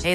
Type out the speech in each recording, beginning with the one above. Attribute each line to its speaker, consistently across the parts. Speaker 1: Hey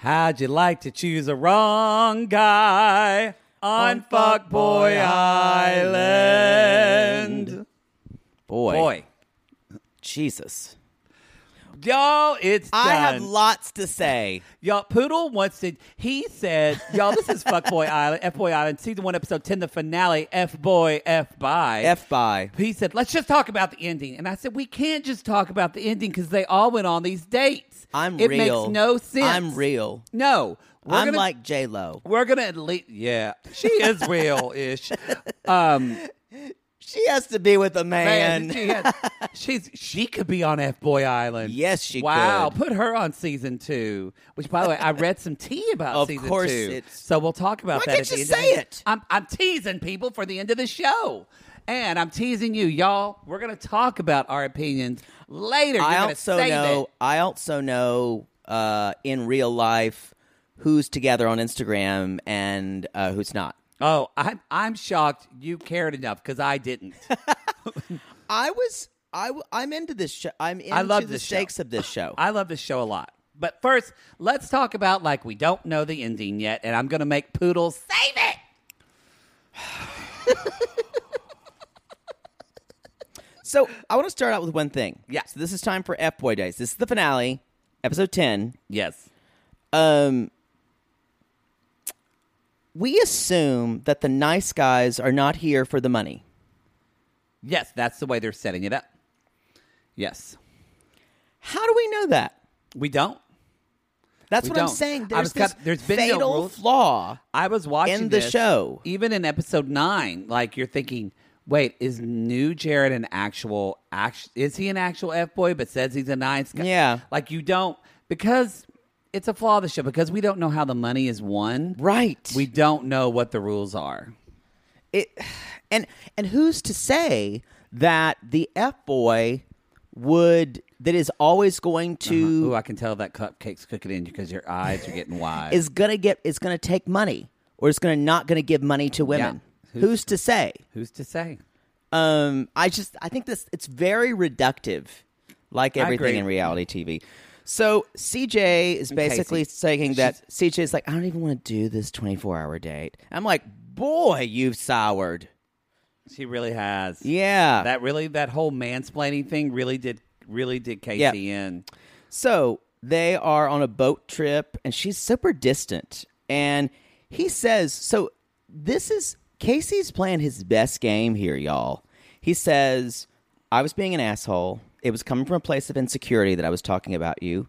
Speaker 2: How'd you like to choose a wrong guy on Fuckboy Island?
Speaker 3: Boy.
Speaker 2: Boy,
Speaker 3: Jesus.
Speaker 2: y'all, it's done.
Speaker 3: I have lots to say.
Speaker 2: y'all. Poodle wants to. He said, "Y'all, this is Fuckboy Island, F Boy Island, season one, episode ten, the finale. F Boy, F by
Speaker 3: F by.
Speaker 2: He said, "Let's just talk about the ending." And I said, "We can't just talk about the ending because they all went on these dates.
Speaker 3: I'm
Speaker 2: it
Speaker 3: real.
Speaker 2: makes no sense.
Speaker 3: I'm real.
Speaker 2: No, we're
Speaker 3: I'm
Speaker 2: gonna-
Speaker 3: like J Lo.
Speaker 2: We're gonna at least, yeah, she is real ish. Um,
Speaker 3: She has to be with a man.
Speaker 2: man, she has, she's she could be on F Boy Island.
Speaker 3: Yes, she
Speaker 2: Wow,
Speaker 3: could.
Speaker 2: put her on season two. Which, by the way, I read some tea about
Speaker 3: Of
Speaker 2: season
Speaker 3: course
Speaker 2: two.
Speaker 3: it's-
Speaker 2: so we'll talk about
Speaker 3: Why
Speaker 2: that.
Speaker 3: can't
Speaker 2: at the
Speaker 3: you
Speaker 2: end of
Speaker 3: say
Speaker 2: the-
Speaker 3: it?
Speaker 2: I'm I'm teasing people for the end of the show, and I'm teasing you, y'all. We're gonna talk about our opinions later. You're
Speaker 3: I
Speaker 2: gonna
Speaker 3: also
Speaker 2: save
Speaker 3: know.
Speaker 2: it.
Speaker 3: I also know uh, in real life who's together on Instagram and uh, who's not.
Speaker 2: Oh, I'm I'm shocked you cared enough because I didn't.
Speaker 3: I was. I w- I'm into this show. I'm into
Speaker 2: I love
Speaker 3: the
Speaker 2: this show.
Speaker 3: stakes of this show.
Speaker 2: I love this show a lot. But first, let's talk about like we don't know the ending yet, and I'm gonna make poodles save it.
Speaker 3: So I want to start out with one thing.
Speaker 2: Yeah.
Speaker 3: So this is time for F Boy Days. This is the finale, episode ten.
Speaker 2: Yes.
Speaker 3: Um, we assume that the nice guys are not here for the money.
Speaker 2: Yes, that's the way they're setting it up. Yes.
Speaker 3: How do we know that?
Speaker 2: We don't.
Speaker 3: That's
Speaker 2: We
Speaker 3: what I'm
Speaker 2: don't.
Speaker 3: saying.
Speaker 2: I was
Speaker 3: There's this
Speaker 2: got- there's been no
Speaker 3: fatal
Speaker 2: rules.
Speaker 3: flaw.
Speaker 2: I was watching
Speaker 3: In the
Speaker 2: this,
Speaker 3: show.
Speaker 2: Even in episode nine, like you're thinking, wait, is new Jared an actual act is he an actual F boy but says he's a nice guy?
Speaker 3: Yeah.
Speaker 2: Like you don't because it's a flaw of the show, because we don't know how the money is won.
Speaker 3: Right.
Speaker 2: We don't know what the rules are.
Speaker 3: it and and who's to say that the F boy would that is always going to
Speaker 2: Ooh, I can tell that cupcake's cooking in you because your eyes are getting wide.
Speaker 3: is gonna get is gonna take money or is gonna not gonna give money to women.
Speaker 2: Who's-
Speaker 3: Who's, to say?
Speaker 2: Who's to say?
Speaker 3: Um, I just I think this it's very reductive, like
Speaker 2: I
Speaker 3: everything
Speaker 2: agree.
Speaker 3: in reality TV. So CJ is basically
Speaker 2: Casey.
Speaker 3: saying that CJ is like I don't even want to do this twenty four hour date. I'm like, boy, you've soured.
Speaker 2: She really has.
Speaker 3: Yeah.
Speaker 2: That really, that whole mansplaining thing really did, really did Casey
Speaker 3: Yeah.
Speaker 2: in.
Speaker 3: So they are on a boat trip, and she's super distant. And he says, So this is Casey's playing his best game here, y'all. He says, I was being an asshole. It was coming from a place of insecurity that I was talking about you.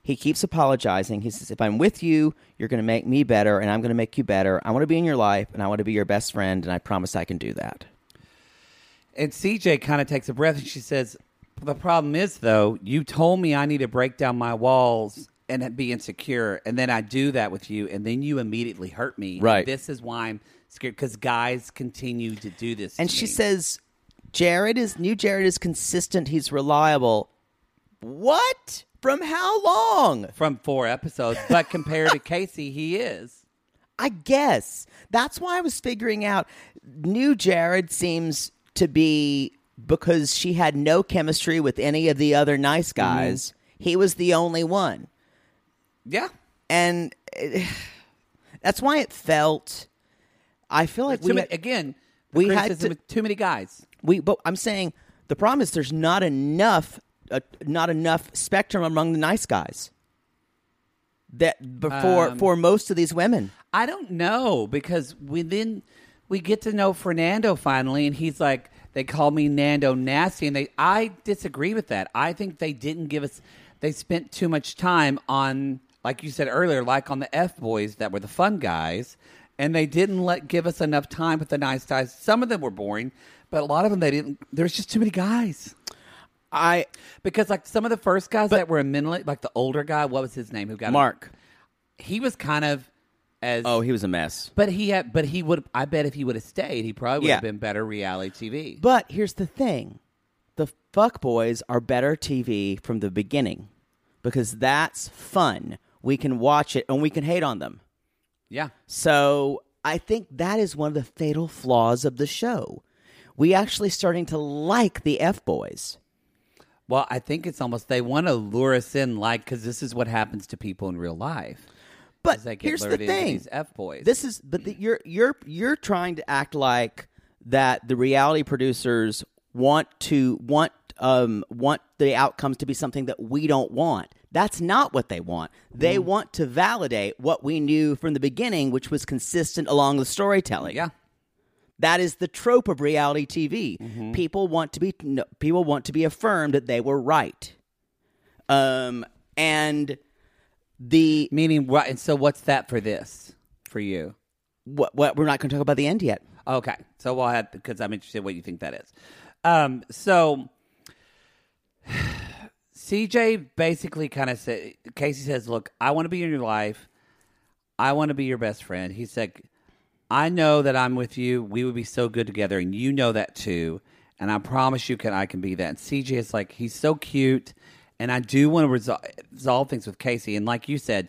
Speaker 3: He keeps apologizing. He says, If I'm with you, you're going to make me better, and I'm going to make you better. I want to be in your life, and I want to be your best friend, and I promise I can do that.
Speaker 2: And CJ kind of takes a breath and she says, The problem is, though, you told me I need to break down my walls and be insecure. And then I do that with you. And then you immediately hurt me. And
Speaker 3: Right.
Speaker 2: This is why I'm scared because guys continue to do this.
Speaker 3: And
Speaker 2: to
Speaker 3: she
Speaker 2: me.
Speaker 3: says, Jared is new Jared is consistent, he's reliable. What? From how long?
Speaker 2: From four episodes, but compared to Casey, he is.
Speaker 3: I guess. That's why I was figuring out new Jared seems to be because she had no
Speaker 2: Mm-hmm.
Speaker 3: chemistry with any of the other nice guys. He was the only one.
Speaker 2: Yeah.
Speaker 3: and it, that's why it felt. I feel like
Speaker 2: Too
Speaker 3: we
Speaker 2: ma-
Speaker 3: had-
Speaker 2: again,
Speaker 3: we
Speaker 2: we
Speaker 3: had
Speaker 2: had
Speaker 3: to-
Speaker 2: too many guys.
Speaker 3: we but i'm saying the problem is there's not enough uh, not enough spectrum among the nice guys that before for most of these women
Speaker 2: I don't know because we then we get to know Fernando finally, and he's like, they call me Nando Nasty, and they I disagree with that. I think they didn't give us. They spent too much time on, like you said earlier, like on the F boys that were the fun guys, and they didn't let give us enough time with the nice guys. Some of them were boring, but a lot of them they didn't. There's just too many guys.
Speaker 3: i
Speaker 2: Because like some of the first guys that were in mentally, like the older guy, what was his name? Who got
Speaker 3: mark
Speaker 2: He was kind of as
Speaker 3: oh he was a mess
Speaker 2: but he had, but he would. I bet if he would have stayed, he probably would
Speaker 3: Yeah.
Speaker 2: have been better reality TV.
Speaker 3: but here's the thing the fuck boys are better tv from the beginning because that's fun we can watch it and we can hate on them
Speaker 2: yeah,
Speaker 3: So I think that is one of the fatal flaws of the show. We actually starting to like the F boys.
Speaker 2: well, I think it's almost they want to lure us in, like because this is what happens to people in real life.
Speaker 3: But
Speaker 2: As they get
Speaker 3: here's the
Speaker 2: lured into
Speaker 3: thing:
Speaker 2: these F boys.
Speaker 3: This is, but the, you're you're you're trying to act like that the reality producers want to want um want the outcomes to be something that we don't want. That's not what they want. They want to validate what we knew from the beginning, which was consistent along the storytelling.
Speaker 2: Yeah,
Speaker 3: That is the trope of reality TV. People want to be no, people want to be affirmed that they were right. Um and the
Speaker 2: meaning what? And so, what's that for this for you?
Speaker 3: what, what we're not going to talk about the end yet.
Speaker 2: Okay, so we'll have because I'm interested in what you think that is. Um, so CJ basically kind of said, Casey says, "Look, I want to be in your life. I want to be your best friend." He said, "I know that I'm with you. We would be so good together, and you know that too. And I promise you, can I can be that." And CJ is like, he's so cute, and I do want to resol- resolve things with Casey. And like you said,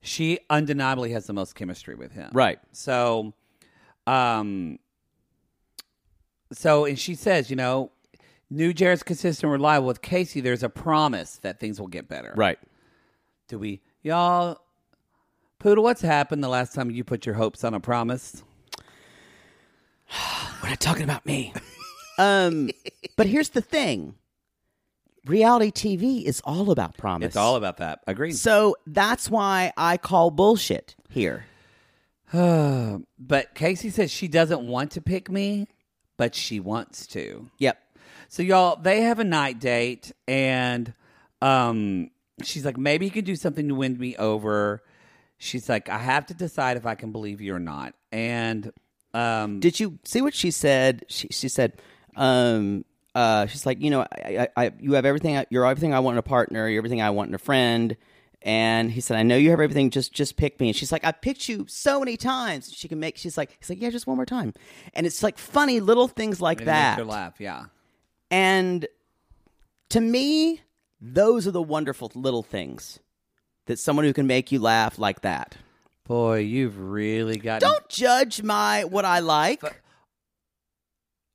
Speaker 2: she undeniably has the most chemistry with him,
Speaker 3: Right.
Speaker 2: So. Um. So, and she says, you know, New Jared's consistent and reliable with Casey. There's a promise that things will get better.
Speaker 3: Right.
Speaker 2: Do we, y'all? Poodle, what's happened the last time you put your hopes on a promise?
Speaker 3: We're not talking about me. um but here's the thing. Reality TV is all about promise.
Speaker 2: It's all about that. Agreed.
Speaker 3: So that's why I call bullshit here.
Speaker 2: but Casey says she doesn't want to pick me, but she wants to.
Speaker 3: Yep.
Speaker 2: So y'all, they have a night date, and um, she's like, maybe you can do something to win me over. She's like, I have to decide if I can believe you or not. And um,
Speaker 3: Did you see what she said? She she said, um, uh, she's like, you know, I, I, I, you have everything. I- You're everything I want in a partner. You're everything I want in a friend. And he said, I know you have everything. Just just pick me. And she's like, I picked you so many times. She can make. She's like, he's like, yeah, just one more time. And it's like funny little things like
Speaker 2: it makes
Speaker 3: that.
Speaker 2: her laugh, yeah.
Speaker 3: And to me, those are the wonderful little things that someone who can make you laugh like that.
Speaker 2: Boy, you've really got.
Speaker 3: Don't judge my what I like.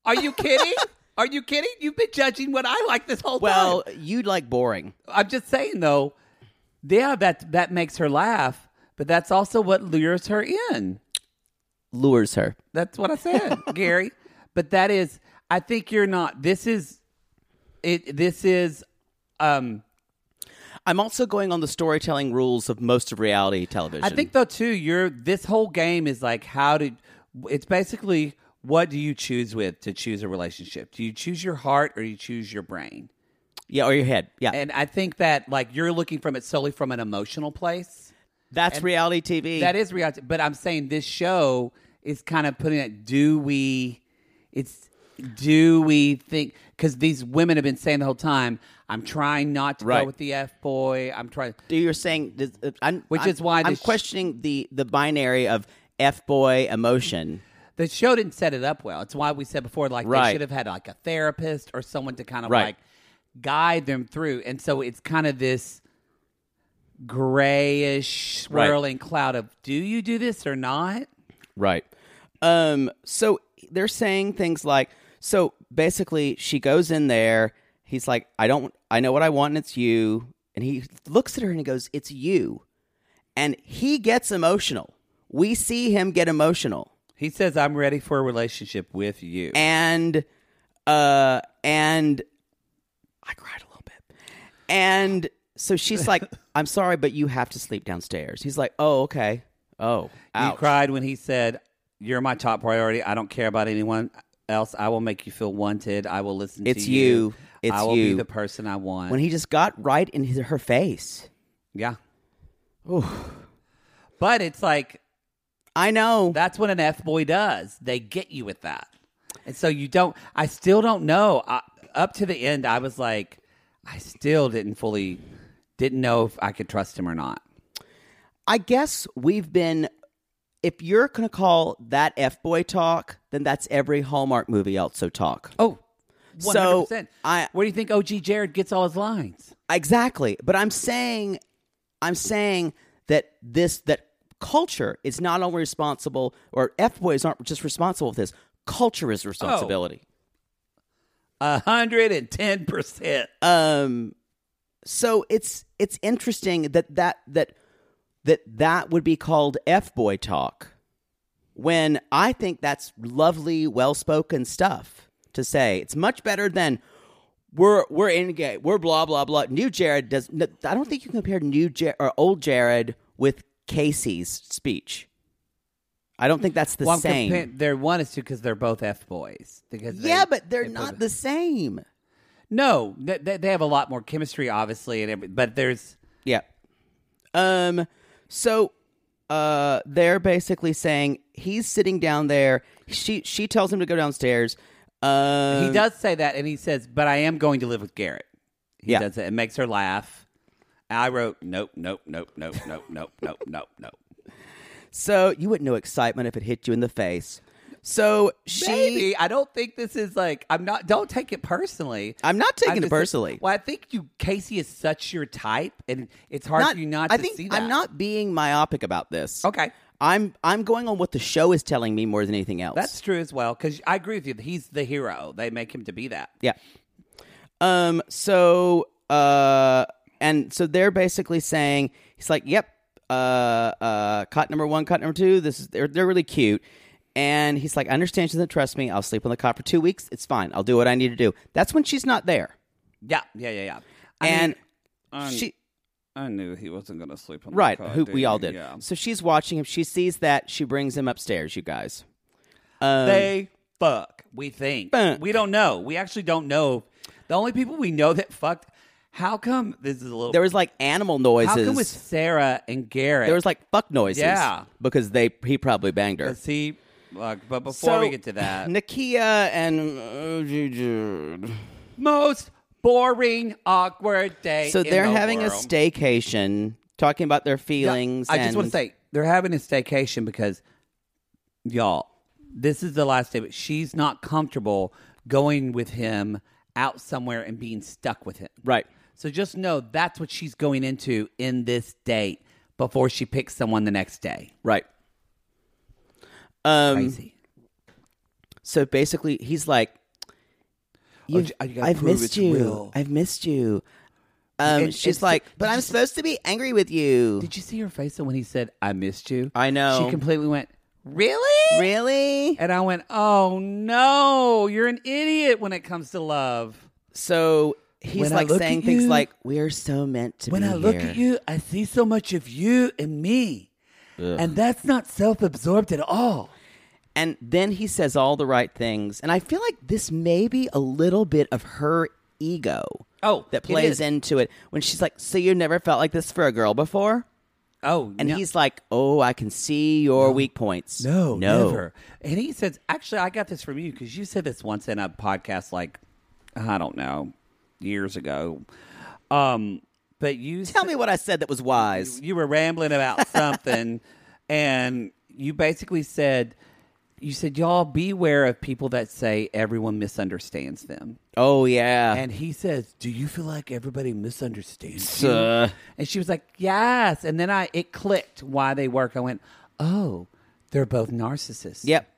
Speaker 2: Are you kidding? Are you kidding? You've been judging what I like this whole
Speaker 3: Well,
Speaker 2: time.
Speaker 3: you like boring.
Speaker 2: I'm just saying though. Yeah, that that makes her laugh, but that's also what lures her in.
Speaker 3: lures her.
Speaker 2: That's what I said, Gary. But that is, I think you're not. This is, it. This is, um.
Speaker 3: I'm also going on the storytelling rules of most of reality television.
Speaker 2: I think though too, you're. This whole game is like how to. It's basically what do you choose with to choose a relationship? Do you choose your heart or do you choose your brain?
Speaker 3: yeah, or your head. Yeah,
Speaker 2: And I think that like you're looking from it solely from an emotional place.
Speaker 3: that's reality TV.
Speaker 2: That is reality. But I'm saying this show is kind of putting it. Do we? It's do we think? Because these women have been saying the whole time, "I'm trying not to
Speaker 3: Right.
Speaker 2: go with the f boy. I'm trying."
Speaker 3: You're saying, this- uh, I'm,
Speaker 2: Which
Speaker 3: I'm-
Speaker 2: is why
Speaker 3: I'm
Speaker 2: this sh-
Speaker 3: questioning the the binary of f boy emotion.
Speaker 2: The show didn't set it up well. It's why we said before, like
Speaker 3: Right.
Speaker 2: they should have had like a therapist or someone to kind of
Speaker 3: Right.
Speaker 2: like guide them through. And so it's kind of this grayish
Speaker 3: Right.
Speaker 2: swirling cloud of do you do this or not?
Speaker 3: Right. Um. So they're saying things like, so basically, she goes in there. He's like, I don't. I know what I want, and it's you. And he looks at her and he goes, It's you. and he gets emotional. We see him get emotional.
Speaker 2: He says, I'm ready for a relationship with you.
Speaker 3: and uh and I cried a little bit. And so she's like, "I'm sorry, but you have to sleep downstairs." He's like, "Oh, okay. Oh,
Speaker 2: You
Speaker 3: ouch.
Speaker 2: cried when he said, You're my top priority. I don't care about anyone else. I will make you feel wanted. I will listen
Speaker 3: It's
Speaker 2: to you.
Speaker 3: you. It's
Speaker 2: I will be
Speaker 3: you."
Speaker 2: the person I want.
Speaker 3: When he just got right in his, her face,
Speaker 2: yeah. But it's like,
Speaker 3: I know.
Speaker 2: that's what an F boy does. They get you with that. And so you don't, I still don't know. I, up to the end, I was like, I still didn't fully, didn't know if I could trust him or not.
Speaker 3: I guess we've been. If you're gonna call that f boy talk, then that's every Hallmark movie also talk.
Speaker 2: Oh, 100%.
Speaker 3: So, I-
Speaker 2: Where do you think OG Jared gets all his lines?
Speaker 3: Exactly. But I'm saying I'm saying that this that culture is not only responsible or F boys aren't just responsible for this. Culture is responsibility.
Speaker 2: A hundred and ten percent.
Speaker 3: Um so it's it's interesting that that that that that would be called F boy talk when I think that's lovely, well spoken stuff to say. It's much better than we're we're in gay, we're blah blah blah. New Jared does. No, I don't think you can compare new Jared or old Jared with Casey's speech. I don't think that's the
Speaker 2: Well, I'm
Speaker 3: same.
Speaker 2: compa- they're one is two because they're both f boys. Because they-
Speaker 3: yeah, but they're
Speaker 2: they
Speaker 3: not
Speaker 2: both-
Speaker 3: the same.
Speaker 2: No, they- they, they have a lot more chemistry, obviously, and every, but there's
Speaker 3: Yeah. Um. So, uh, they're basically saying he's sitting down there. She she tells him to go downstairs. Um,
Speaker 2: he does say that, and he says, "But I am going to live with Garrett." He
Speaker 3: Yeah.
Speaker 2: does it. It makes her laugh. I wrote, "Nope, nope, nope, nope, nope, nope, nope, nope, nope."
Speaker 3: So you wouldn't know excitement if it hit you in the face. So she,
Speaker 2: Maybe I don't think this is like I'm not. Don't take it personally.
Speaker 3: I'm not taking it
Speaker 2: just-
Speaker 3: personally.
Speaker 2: well, I think you, Casey, is such your type, and it's hard
Speaker 3: not,
Speaker 2: for you not.
Speaker 3: I
Speaker 2: to
Speaker 3: think
Speaker 2: see that.
Speaker 3: I'm not being myopic about this.
Speaker 2: Okay.
Speaker 3: I'm I'm going on what the show is telling me more than anything else.
Speaker 2: That's true as well because I agree with you. He's the hero. They make him to be that.
Speaker 3: yeah. Um. So uh, and so they're basically saying he's like, yep. Uh. Uh. Cut number one. Cut number two. This is they're they're really cute. And he's like, I understand she doesn't trust me. I'll sleep on the cot for two weeks. It's fine. I'll do what I need to do. That's when she's not there.
Speaker 2: Yeah, yeah, yeah, yeah. I
Speaker 3: and
Speaker 2: mean, um,
Speaker 3: she
Speaker 2: I knew he wasn't going to sleep on
Speaker 3: Right,
Speaker 2: the cot,
Speaker 3: who
Speaker 2: dude.
Speaker 3: we all did.
Speaker 2: Yeah.
Speaker 3: So she's watching him. She sees that. She brings him upstairs. You guys. Um,
Speaker 2: They fuck. We think
Speaker 3: Fuck.
Speaker 2: we don't know. We actually don't know. The only people we know that fucked. How come this is a little?
Speaker 3: there was like animal
Speaker 2: how come with
Speaker 3: noises.
Speaker 2: Sarah and Garrett?
Speaker 3: There was like fuck noises.
Speaker 2: Yeah.
Speaker 3: because they he probably banged her.
Speaker 2: Let's see. Look, but before
Speaker 3: So,
Speaker 2: we get to that,
Speaker 3: Nakia and uh, Jude.
Speaker 2: most boring, awkward day.
Speaker 3: so
Speaker 2: in
Speaker 3: they're
Speaker 2: the
Speaker 3: having a
Speaker 2: world.
Speaker 3: staycation, talking about their
Speaker 2: Yeah,
Speaker 3: feelings.
Speaker 2: I just want to
Speaker 3: and-
Speaker 2: say they're having a staycation because y'all, this is the last day, but she's not comfortable going with him out somewhere and being stuck with him.
Speaker 3: right.
Speaker 2: So just know that's what she's going into in this date before she picks someone the next day.
Speaker 3: Right. Um.
Speaker 2: Crazy.
Speaker 3: So basically, he's like, "You've-
Speaker 2: you Oh, gotta
Speaker 3: I've
Speaker 2: prove
Speaker 3: missed
Speaker 2: it's
Speaker 3: you.
Speaker 2: real."
Speaker 3: I've missed you. Um,
Speaker 2: And-
Speaker 3: she's
Speaker 2: and so-
Speaker 3: like,
Speaker 2: did
Speaker 3: but
Speaker 2: you
Speaker 3: I'm
Speaker 2: s-
Speaker 3: supposed to be angry with you.
Speaker 2: Did you see her face when he said, "I missed you"?
Speaker 3: I know.
Speaker 2: She completely went, "Really?"
Speaker 3: really?
Speaker 2: And I went, "Oh no, you're an idiot when it comes to love."
Speaker 3: So he's
Speaker 2: When I
Speaker 3: like
Speaker 2: look
Speaker 3: saying
Speaker 2: at
Speaker 3: things
Speaker 2: you-
Speaker 3: like, "We're so meant to
Speaker 2: When
Speaker 3: be
Speaker 2: I look at
Speaker 3: here."
Speaker 2: you, I see so much of you and me. And that's not self absorbed at all.
Speaker 3: And then he says all the right things, and I feel like this may be a little bit of her ego.
Speaker 2: Oh,
Speaker 3: that
Speaker 2: it
Speaker 3: plays
Speaker 2: is.
Speaker 3: into it when she's like, "So you never felt like this for a girl before?"
Speaker 2: Oh,
Speaker 3: And
Speaker 2: no,
Speaker 3: he's like, "Oh, I can see your weak points."
Speaker 2: no,
Speaker 3: no,
Speaker 2: never. And he says, actually, I got this from you because you said this once in a podcast, like I don't know, years ago. Um, but you
Speaker 3: Tell me what I said that was wise.
Speaker 2: you were rambling about something and you basically said you said y'all beware of people that say everyone misunderstands them
Speaker 3: Oh yeah.
Speaker 2: and he says do you feel like everybody misunderstands
Speaker 3: Uh.
Speaker 2: you and she was like yes and then i it clicked why they work i went oh they're both narcissists
Speaker 3: yep.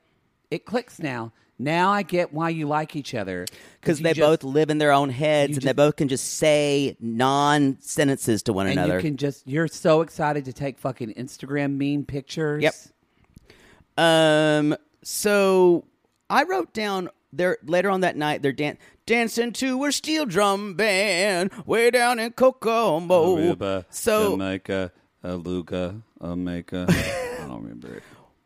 Speaker 2: it clicks now Now I get why you like each other
Speaker 3: because
Speaker 2: you
Speaker 3: they
Speaker 2: just-
Speaker 3: both live in their own heads
Speaker 2: you
Speaker 3: and they
Speaker 2: just-
Speaker 3: both can just say non sentences to one
Speaker 2: and
Speaker 3: another.
Speaker 2: you can just you're so excited to take fucking Instagram meme pictures.
Speaker 3: Yep. Um. So I wrote down there later on that night. They're dan- dancing to a steel drum band way down in Kokomo. so
Speaker 2: Jamaica, Luca, Omega. I don't remember it.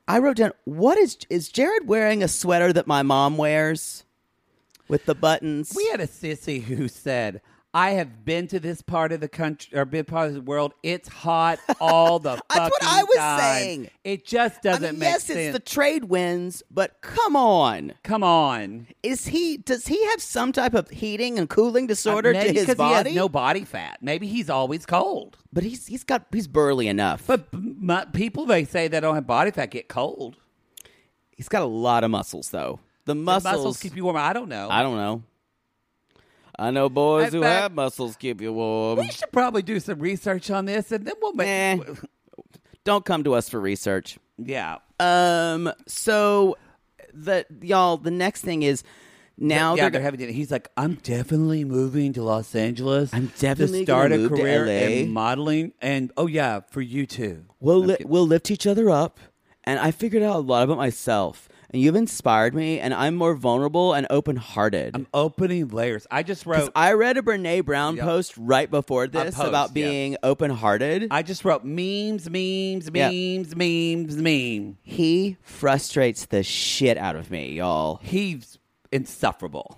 Speaker 3: I wrote down what is is Jared wearing a sweater that my mom wears with the buttons?
Speaker 2: We had a sissy who said, "I have been to this part of the country or been part of the world. It's hot all the fucking
Speaker 3: That's what I was
Speaker 2: time.
Speaker 3: saying.
Speaker 2: It just
Speaker 3: I
Speaker 2: doesn't
Speaker 3: mean,
Speaker 2: make
Speaker 3: yes,
Speaker 2: sense.
Speaker 3: it's the trade winds, but come on.
Speaker 2: Come on,
Speaker 3: Is he does he have some type of heating and cooling disorder
Speaker 2: maybe
Speaker 3: to his
Speaker 2: 'cause
Speaker 3: body?
Speaker 2: He has no body fat. Maybe he's always cold.
Speaker 3: but he's he's got he's burly enough.
Speaker 2: But b- my, people they say they don't have body fat get cold.
Speaker 3: he's got a lot of muscles though. The
Speaker 2: The
Speaker 3: muscles,
Speaker 2: keep you warm. I don't know.
Speaker 3: I don't know. I know boys
Speaker 2: In
Speaker 3: who
Speaker 2: fact-
Speaker 3: have muscles keep you warm.
Speaker 2: we should probably do some research on this, and then we'll make.
Speaker 3: Nah. Don't come to us for research.
Speaker 2: Yeah.
Speaker 3: Um. So, the y'all, the next thing is now
Speaker 2: yeah,
Speaker 3: they're,
Speaker 2: they're having dinner. He's like, I'm definitely moving to Los Angeles.
Speaker 3: I'm
Speaker 2: to
Speaker 3: definitely
Speaker 2: start
Speaker 3: gonna
Speaker 2: a
Speaker 3: move to
Speaker 2: career
Speaker 3: LA."
Speaker 2: in modeling, and oh yeah, for you too.
Speaker 3: we'll li- we'll lift each other up, and I figured out a lot about myself, and you've inspired me, and I'm more vulnerable and open hearted.
Speaker 2: I'm opening layers. I just wrote. I,
Speaker 3: I read a Brene Brown
Speaker 2: Yep.
Speaker 3: post right before this
Speaker 2: post,
Speaker 3: about
Speaker 2: yeah.
Speaker 3: being open hearted.
Speaker 2: just wrote memes, memes,
Speaker 3: Yeah.
Speaker 2: memes, memes, meme.
Speaker 3: He frustrates the shit out of me, y'all.
Speaker 2: He's insufferable.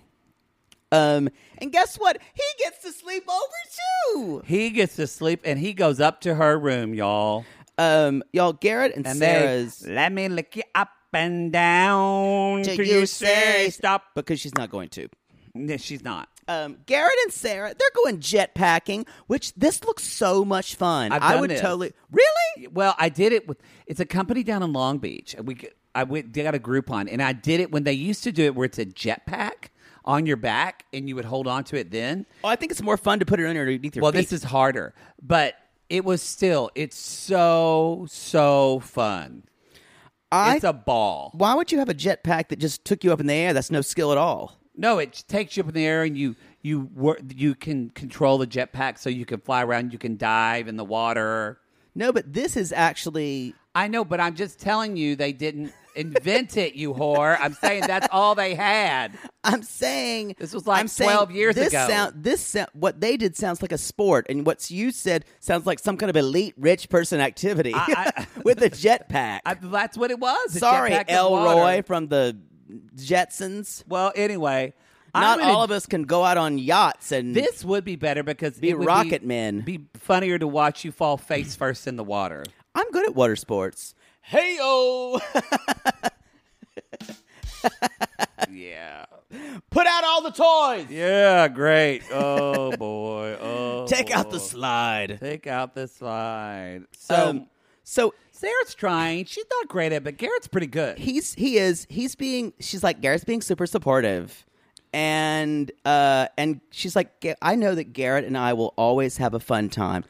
Speaker 3: Um, and guess what? He gets to sleep over too.
Speaker 2: He gets to sleep, and he goes up to her room, y'all.
Speaker 3: Um, y'all, Garrett and,
Speaker 2: And
Speaker 3: Sarah's.
Speaker 2: they let me lick you up and down
Speaker 3: Do
Speaker 2: till you say stop.
Speaker 3: because she's not going to.
Speaker 2: No, she's not.
Speaker 3: Um, Garrett and Sarah, they're going jetpacking, which this looks so much fun.
Speaker 2: I've
Speaker 3: I
Speaker 2: done
Speaker 3: would
Speaker 2: this.
Speaker 3: totally really.
Speaker 2: Well, I did it with it's a company down in Long Beach. We g- I went they got a Groupon, and I did it when they used to do it where it's a jetpack on your back, and you would hold on to it. Then,
Speaker 3: Oh, I think it's more fun to put it underneath your
Speaker 2: well,
Speaker 3: feet.
Speaker 2: this is harder, but it was still it's so so fun.
Speaker 3: I-
Speaker 2: it's a ball.
Speaker 3: why would you have a jetpack that just took you up in the air? That's no skill at all.
Speaker 2: No, it takes you up in the air, and you you wor- you can control the jetpack, so you can fly around, you can dive in the water.
Speaker 3: No, but this is actually
Speaker 2: I know, but I'm just telling you, they didn't invent it, you whore. I'm saying that's all they had.
Speaker 3: I'm saying
Speaker 2: This was like
Speaker 3: I'm saying
Speaker 2: 12 years
Speaker 3: this
Speaker 2: ago.
Speaker 3: Sound, this sound, what they did sounds like a sport, and what you said sounds like some kind of elite rich person activity
Speaker 2: I-
Speaker 3: with a jetpack.
Speaker 2: I, that's what it was. a
Speaker 3: Sorry,
Speaker 2: jetpack in
Speaker 3: Elroy
Speaker 2: water.
Speaker 3: from the Jetsons.
Speaker 2: Well, anyway,
Speaker 3: Not
Speaker 2: I'm gonna-
Speaker 3: all of us can go out on yachts and
Speaker 2: This would be better because
Speaker 3: Be
Speaker 2: it would
Speaker 3: rocket men.
Speaker 2: Be funnier to watch you fall face first in the water.
Speaker 3: I'm good at water sports. Hey yo,
Speaker 2: Yeah.
Speaker 3: put out all the toys.
Speaker 2: Yeah. Great. Oh boy. Oh.
Speaker 3: Take out the slide.
Speaker 2: Take out the slide. So
Speaker 3: Um, so
Speaker 2: Sarah's trying. She's not great at, it, but Garrett's pretty good.
Speaker 3: he's he is he's being she's like Garrett's being super supportive and uh and she's like "Ga- I know that Garrett and I will always have a fun time.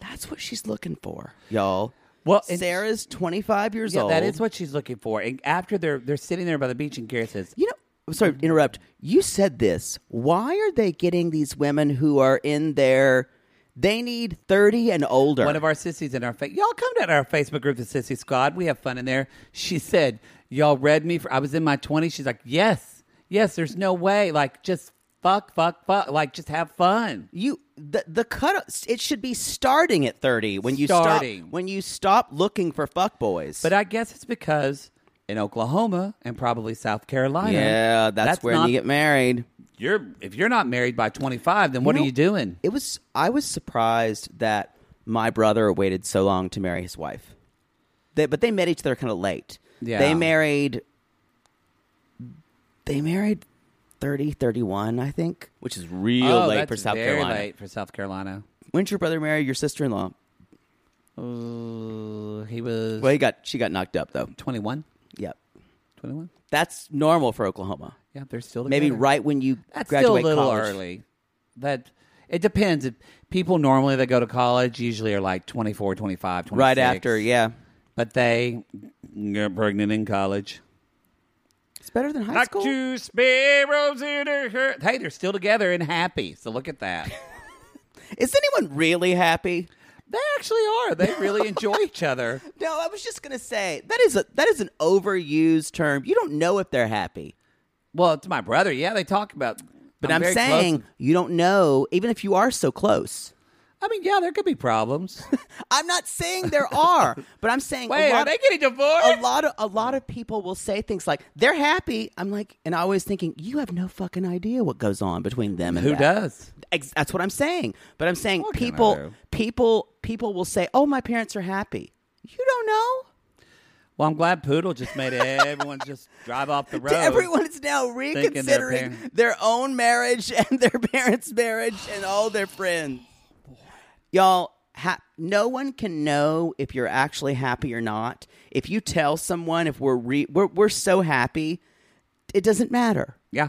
Speaker 3: That's what she's looking for, y'all.
Speaker 2: Well, and-
Speaker 3: Sarah's 25 years
Speaker 2: yeah,
Speaker 3: old.
Speaker 2: that is what she's looking for. And after they're they're sitting there by the beach, and Garrett says,
Speaker 3: You know, I'm sorry to interrupt. You said this. Why are they getting these women who are in their they need 30 and older.
Speaker 2: One of our sissies in our fa- y'all come to our Facebook group, the Sissy Squad. We have fun in there. She said, "Y'all read me for I was in my 20s." She's like, "Yes, yes. There's no way. Like, just fuck, fuck, fuck. Like, just have fun."
Speaker 3: you the the cut it should be starting at 30 when you
Speaker 2: Starting.
Speaker 3: stop when you stop looking for fuckboys.
Speaker 2: But I guess it's because in Oklahoma and probably South Carolina,
Speaker 3: Yeah, that's, where
Speaker 2: not-
Speaker 3: you get married.
Speaker 2: You're if you're not married by 25, then what are
Speaker 3: You know-
Speaker 2: you doing?
Speaker 3: It was I was surprised that my brother waited so long to marry his wife. They, but they met each other kind of late.
Speaker 2: Yeah.
Speaker 3: They married They married 30 31, I think, which is real
Speaker 2: oh,
Speaker 3: late
Speaker 2: that's
Speaker 3: for South
Speaker 2: very
Speaker 3: Carolina.
Speaker 2: late for South Carolina.
Speaker 3: When'd your brother marry your sister-in-law?
Speaker 2: Uh, he was
Speaker 3: Well, he got she got knocked up though.
Speaker 2: 21,
Speaker 3: Yep.
Speaker 2: 21.
Speaker 3: That's normal for Oklahoma.
Speaker 2: Yeah, they're still
Speaker 3: Maybe
Speaker 2: together.
Speaker 3: right when you
Speaker 2: That's
Speaker 3: graduate
Speaker 2: still a little
Speaker 3: college.
Speaker 2: early. That it depends. If People normally that go to college usually are like 24, 25, 26.
Speaker 3: Right after, yeah.
Speaker 2: But they get pregnant in college.
Speaker 3: It's better than high
Speaker 2: Like
Speaker 3: school.
Speaker 2: two sparrows in a hur- Hey, they're still together and happy. So look at that.
Speaker 3: Is anyone really happy?
Speaker 2: they actually are. They really enjoy each other.
Speaker 3: No, I was just gonna say that is a that is an overused term. You don't know if they're happy.
Speaker 2: Well, to my brother, yeah, they talk about.
Speaker 3: But I'm,
Speaker 2: very close-
Speaker 3: saying you don't know, even if you are so close.
Speaker 2: I mean, yeah, there could be problems.
Speaker 3: I'm not saying there are, but I'm saying
Speaker 2: Wait,
Speaker 3: a
Speaker 2: are
Speaker 3: lot
Speaker 2: they
Speaker 3: of-
Speaker 2: getting divorced?
Speaker 3: A lot of a lot of people will say things like they're happy. I'm like, and I always thinking you have no fucking idea what goes on between them. and
Speaker 2: Who
Speaker 3: that.
Speaker 2: does?
Speaker 3: Ex- that's what I'm saying. But I'm saying
Speaker 2: What can I
Speaker 3: people,
Speaker 2: do?
Speaker 3: people, people will say, "Oh, my parents are happy." You don't know.
Speaker 2: Well, I'm glad Poodle just made everyone just drive off the road.
Speaker 3: To everyone is now
Speaker 2: their
Speaker 3: reconsidering
Speaker 2: parent-
Speaker 3: their own marriage and their parents' marriage and all their friends. Y'all, ha- no one can know if you're actually happy or not. If you tell someone if we're re- we're, we're so happy, it doesn't matter.
Speaker 2: Yeah.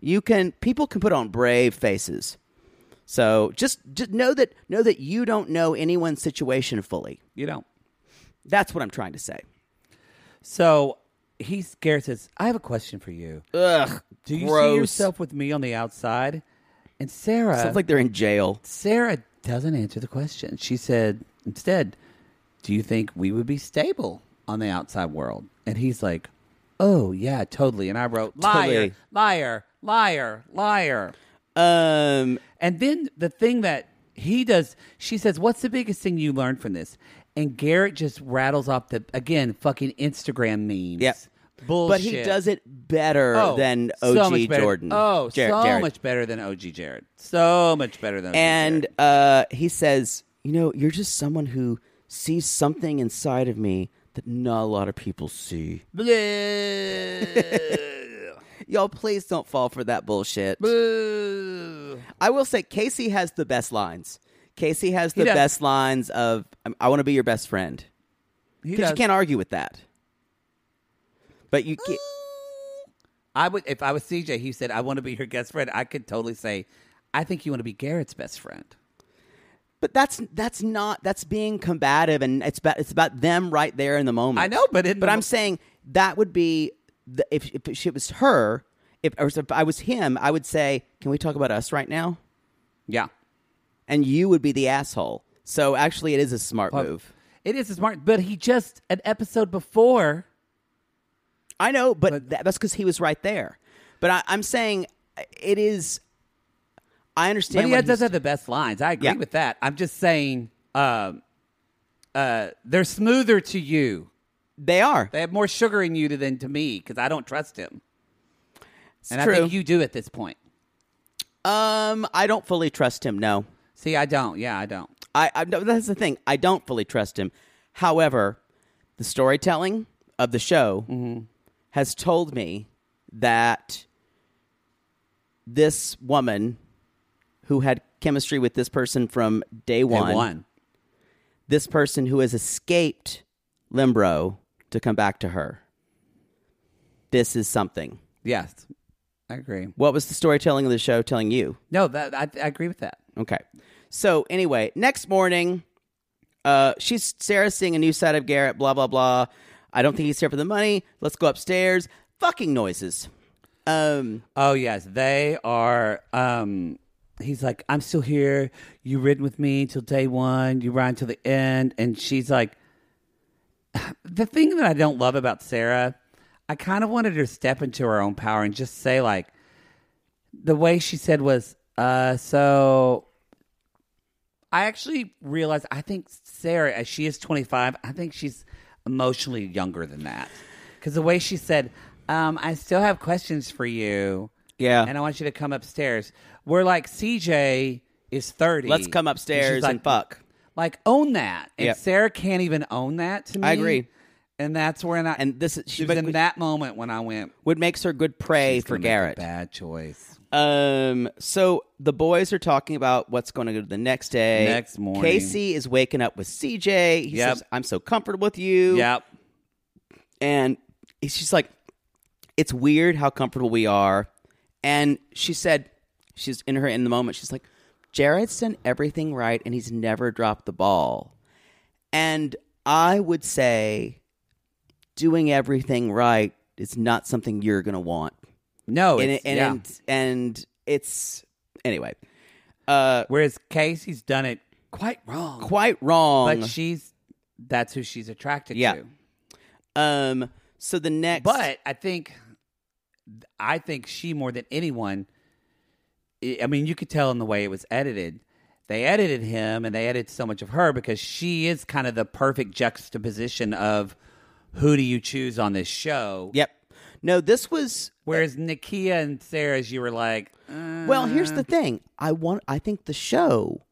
Speaker 3: You can people can put on brave faces. So just just know that know that you don't know anyone's situation fully.
Speaker 2: You don't.
Speaker 3: That's what I'm trying to say.
Speaker 2: So he scares says, I have a question for you.
Speaker 3: Ugh.
Speaker 2: Do you see
Speaker 3: gross.
Speaker 2: yourself with me on the outside? And Sarah
Speaker 3: Sounds like they're in jail.
Speaker 2: Sarah doesn't answer the question. She said, instead, do you think we would be stable on the outside world? And he's like, Oh yeah, totally. And I wrote liar,
Speaker 3: Totally.
Speaker 2: liar, liar, liar.
Speaker 3: Um
Speaker 2: And then the thing that he does, she says, What's the biggest thing you learned from this? And Garrett just rattles off the, again, fucking Instagram memes.
Speaker 3: Yep.
Speaker 2: Bullshit.
Speaker 3: But he does it better
Speaker 2: Oh,
Speaker 3: than
Speaker 2: so
Speaker 3: OG
Speaker 2: much better-
Speaker 3: Jordan.
Speaker 2: Oh,
Speaker 3: Jar-
Speaker 2: so
Speaker 3: Jared.
Speaker 2: much better than OG Jared. So much better than OG
Speaker 3: And
Speaker 2: Jared.
Speaker 3: uh, he says, you know, you're just someone who sees something inside of me that not a lot of people see.
Speaker 2: Bleh.
Speaker 3: Y'all, please don't fall for that bullshit.
Speaker 2: Bleh.
Speaker 3: I will say, Casey has the best lines. Casey has
Speaker 2: He
Speaker 3: the
Speaker 2: does.
Speaker 3: best lines of "Um, "I want to be your best friend"
Speaker 2: He
Speaker 3: because you
Speaker 2: does.
Speaker 3: can't argue with that. But you can't.
Speaker 2: I would if I was CJ, he said, I want to be your guest friend, I could totally say, I think you want to be Garrett's best friend.
Speaker 3: But that's that's not that's being combative, and it's about it's about them right there in the moment.
Speaker 2: I know, but in
Speaker 3: but
Speaker 2: the
Speaker 3: I'm
Speaker 2: mo-
Speaker 3: saying that would be the, if if she- it was her, if or if I was him, I would say, "Can we talk about us right now?"
Speaker 2: Yeah.
Speaker 3: And you would be the asshole. So actually, it is a smart move.
Speaker 2: It is smart, but he just an episode before.
Speaker 3: I know, but, that, that's because he was right there. But I, I'm saying uh, it is. I
Speaker 2: But
Speaker 3: understand.
Speaker 2: he
Speaker 3: what
Speaker 2: does
Speaker 3: he's-
Speaker 2: have the best lines. I agree
Speaker 3: Yeah.
Speaker 2: with that. I'm just saying, um, uh, they're smoother to you.
Speaker 3: they are.
Speaker 2: They have more sugar in you than to me because I don't trust him,
Speaker 3: It's
Speaker 2: and
Speaker 3: true.
Speaker 2: I think you do at this point.
Speaker 3: um, I don't fully trust him. No,
Speaker 2: See, I don't. Yeah, I don't.
Speaker 3: I, I no, that's the thing. I don't fully trust him. However, the storytelling of the show has told me that this woman who had chemistry with this person from day
Speaker 2: They
Speaker 3: one,
Speaker 2: won.
Speaker 3: this person who has escaped Limbro to come back to her. This is something.
Speaker 2: Yes, I agree.
Speaker 3: What was the storytelling of the show telling you?
Speaker 2: No, that I, I agree with that.
Speaker 3: Okay. So anyway, next morning, uh, she's Sarah's seeing a new side of Garrett. Blah blah blah. I don't think he's here for the money. Let's go upstairs. Fucking noises. Um,
Speaker 2: Oh yes, they are. Um, he's like, I'm still here. You ridden with me till day one. You ride till the end, and she's like, the thing that I don't love about Sarah, I kind of wanted her to step into her own power and just say like, the way she said was, uh, so. I actually realized I think Sarah, as she is 25, I think she's emotionally younger than that. Because the way she said, um, I still have questions for you.
Speaker 3: Yeah.
Speaker 2: And I want you to come upstairs. We're like, CJ is 30.
Speaker 3: let's come
Speaker 2: And
Speaker 3: upstairs
Speaker 2: she's
Speaker 3: and fuck.
Speaker 2: Like, own that. And
Speaker 3: Yep.
Speaker 2: Sarah can't even own that to me.
Speaker 3: I agree.
Speaker 2: And that's when I.
Speaker 3: And this is- she-
Speaker 2: it was
Speaker 3: but-
Speaker 2: in that moment when I went,
Speaker 3: What makes her good prey
Speaker 2: "She's gonna
Speaker 3: for
Speaker 2: make a
Speaker 3: Garrett?
Speaker 2: Bad choice.
Speaker 3: Um, so the boys are talking about what's going to go to the next day.
Speaker 2: Next morning.
Speaker 3: Casey is waking up with CJ. He
Speaker 2: Yep.
Speaker 3: says, "I'm so comfortable with you."
Speaker 2: Yep.
Speaker 3: and she's like, "It's weird how comfortable we are." And she said, "She's in her in the moment." She's like, "Jared's done everything right, and he's never dropped the ball." And I would say, doing everything right It's not something you're gonna want.
Speaker 2: No,
Speaker 3: and
Speaker 2: it's-
Speaker 3: and,
Speaker 2: yeah.
Speaker 3: and and it's anyway. Uh,
Speaker 2: Whereas Casey's done it quite wrong,
Speaker 3: quite wrong.
Speaker 2: but she's that's who she's attracted
Speaker 3: Yeah.
Speaker 2: to.
Speaker 3: um. So the next,
Speaker 2: But I think, I think she more than anyone. I I mean, you could tell in the way it was edited. They edited him, and they edited so much of her because she is kind of the perfect juxtaposition of who do you choose on this show.
Speaker 3: yep. No, this was
Speaker 2: Whereas Nikia and Sarah's, you were like, uh,
Speaker 3: Well, here's the thing. I want. I think the show,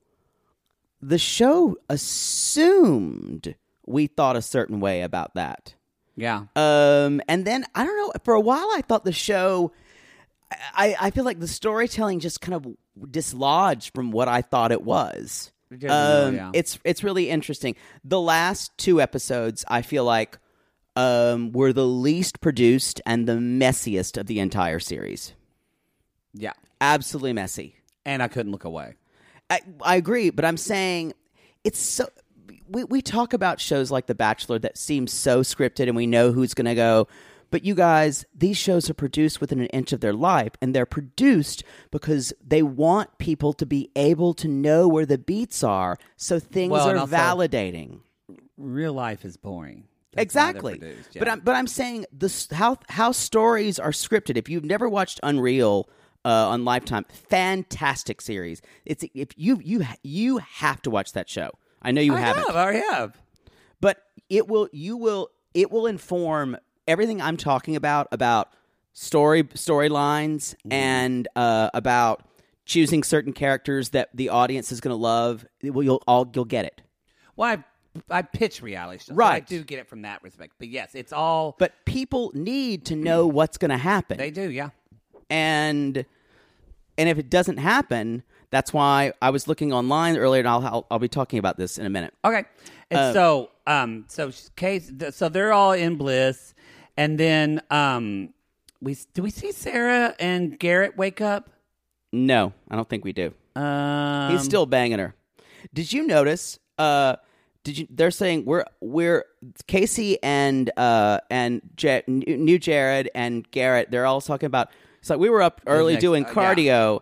Speaker 3: the show assumed we thought a certain way about that.
Speaker 2: yeah,
Speaker 3: Um, and then I don't know. For a while, I thought the show. I I feel like the storytelling just kind of dislodged from what I thought it was.
Speaker 2: It doesn't really,
Speaker 3: Um,
Speaker 2: yeah.
Speaker 3: It's it's really interesting. The last two episodes, I feel like, um, were the least produced and the messiest of the entire series.
Speaker 2: yeah.
Speaker 3: Absolutely messy.
Speaker 2: And I couldn't look away.
Speaker 3: I, I agree, but I'm saying it's so. We, we talk about shows like The Bachelor that seem so scripted and we know who's going to go. But you guys, these shows are produced within an inch of their life, and they're produced because they want people to be able to know where the beats are so things
Speaker 2: Well,
Speaker 3: are
Speaker 2: and also-
Speaker 3: validating.
Speaker 2: Real life is boring. That's why they're
Speaker 3: exactly.
Speaker 2: produced,
Speaker 3: But
Speaker 2: yeah.
Speaker 3: I'm but I'm saying this how how stories are scripted. If you've never watched Unreal uh, on Lifetime, fantastic series. It's if you you you have to watch that show. I know you
Speaker 2: I
Speaker 3: haven't,
Speaker 2: have, I have.
Speaker 3: but it will you will it will inform everything I'm talking about about story storylines
Speaker 2: Mm-hmm.
Speaker 3: and uh, about choosing certain characters that the audience is going to love. It will- you'll all you'll get it.
Speaker 2: Well, I, I pitch reality shows. so I
Speaker 3: Right.
Speaker 2: do get it from that respect. But yes, it's all.
Speaker 3: But people need to know what's going to happen.
Speaker 2: they do, yeah.
Speaker 3: and and if it doesn't happen that's why i was looking online earlier and i'll i'll, I'll be talking about this in a minute
Speaker 2: Okay. And so, um, so she's- case, th- so they're all in bliss, and then, um, we s- do we see Sarah and Garrett wake up?
Speaker 3: no i don't think we do
Speaker 2: Um,
Speaker 3: he's still banging her did you notice uh did you they're saying we're we're casey and uh and Ja- New new jared and garrett they're all talking about it's like we were up early
Speaker 2: next-
Speaker 3: doing
Speaker 2: uh, yeah.
Speaker 3: cardio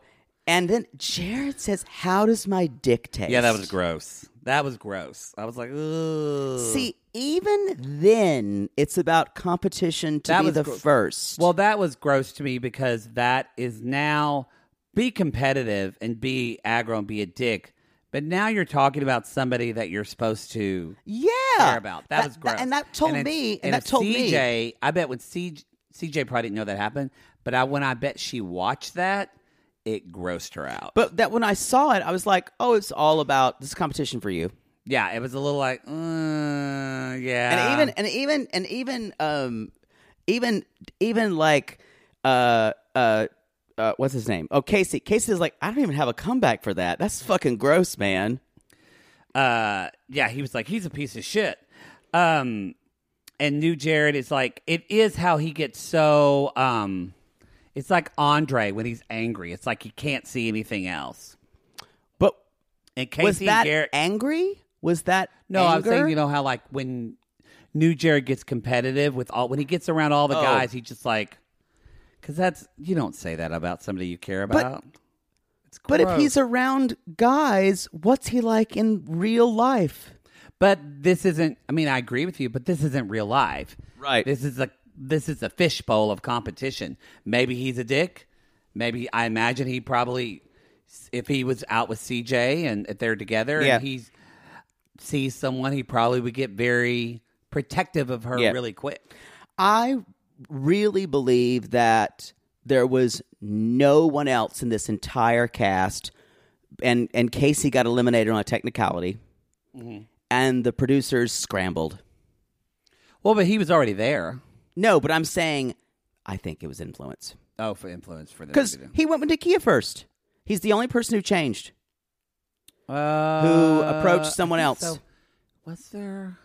Speaker 3: and then jared says how does my dick taste
Speaker 2: yeah, that was gross. That was gross. I was like, ugh.
Speaker 3: See, even then, it's about competition to
Speaker 2: That
Speaker 3: be
Speaker 2: was
Speaker 3: the
Speaker 2: gro-
Speaker 3: first.
Speaker 2: Well, that was gross to me because that is now be competitive and be aggro and be a dick. But now you're talking about somebody that you're supposed to
Speaker 3: yeah,
Speaker 2: care about. That, was gross.
Speaker 3: and that told
Speaker 2: it's-
Speaker 3: me, and,
Speaker 2: if
Speaker 3: that told
Speaker 2: CJ,
Speaker 3: me,
Speaker 2: I bet when CJ, CJ probably didn't know that happened, but I when I bet she watched that, it grossed her out.
Speaker 3: but that when I saw it, I was like, oh, it's all about this competition for you.
Speaker 2: yeah, it was a little like, mm, yeah,
Speaker 3: And even, and even, and even, um, even, even like, uh, uh. Uh, what's his name? Oh, Casey. Casey's like, I don't even have a comeback for that. That's fucking gross, man.
Speaker 2: uh yeah he was like he's a piece of shit um and new jared is like it is how he gets so um it's like andre when he's angry it's like he can't see anything else
Speaker 3: But
Speaker 2: and casey
Speaker 3: was that
Speaker 2: and garrett
Speaker 3: angry? Was that
Speaker 2: no i was saying
Speaker 3: anger?
Speaker 2: you know how like when new jared gets competitive with all when he gets around all the
Speaker 3: Oh.
Speaker 2: guys he just like because that's you don't say that about somebody you care
Speaker 3: But-
Speaker 2: about it's
Speaker 3: But if
Speaker 2: gross.
Speaker 3: he's around guys, what's he like in real life?
Speaker 2: But this isn't. I mean, I agree with you, but this isn't real life.
Speaker 3: Right.
Speaker 2: This is a this is a fishbowl of competition. Maybe he's a dick. Maybe I imagine he probably, if he was out with CJ and if they're together,
Speaker 3: Yeah.
Speaker 2: and he sees someone, he probably would get very protective of her
Speaker 3: Yeah.
Speaker 2: really quick.
Speaker 3: I really believe that there was no one else in this entire cast, and and Casey got eliminated on a technicality,
Speaker 2: Mm-hmm.
Speaker 3: and the producers scrambled.
Speaker 2: Well, but he was already there.
Speaker 3: No, but I'm saying, I think it was influence
Speaker 2: Oh, for influence for the
Speaker 3: because he went with Nakia first. He's the only person who changed.
Speaker 2: uh,
Speaker 3: approached
Speaker 2: I
Speaker 3: someone
Speaker 2: think
Speaker 3: else.
Speaker 2: so. Was there?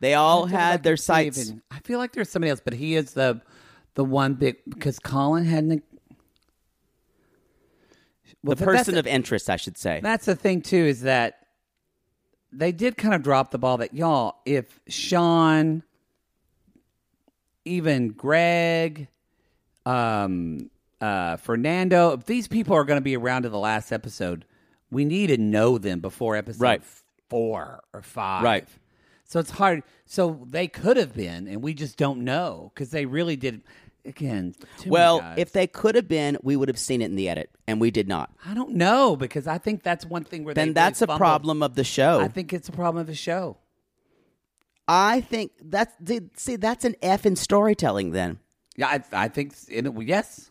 Speaker 3: They all
Speaker 2: I feel like
Speaker 3: had their
Speaker 2: it's Steven.
Speaker 3: sights.
Speaker 2: I feel like there's somebody else, but he is the the one big because Colin had an, Well,
Speaker 3: the
Speaker 2: but that's
Speaker 3: person
Speaker 2: a-
Speaker 3: of interest, I should say.
Speaker 2: That's the thing too is that they did kind of drop the ball that y'all if Sean even Greg, um, uh, Fernando, if these people are going to be around to the last episode, we need to know them before episode
Speaker 3: Right.
Speaker 2: four or five.
Speaker 3: Right.
Speaker 2: So it's hard. So they could have been, and we just don't know because they really did. Again, too many
Speaker 3: Well,
Speaker 2: guys.
Speaker 3: if they could have been, we would have seen it in the edit, and we did not.
Speaker 2: I don't know because I think that's one thing where they
Speaker 3: Then
Speaker 2: really
Speaker 3: that's a
Speaker 2: fumbled.
Speaker 3: problem of the show.
Speaker 2: I think it's a problem of the show.
Speaker 3: I think that's did- see that's an F in storytelling then.
Speaker 2: Yeah, I, I think s- in it, yes.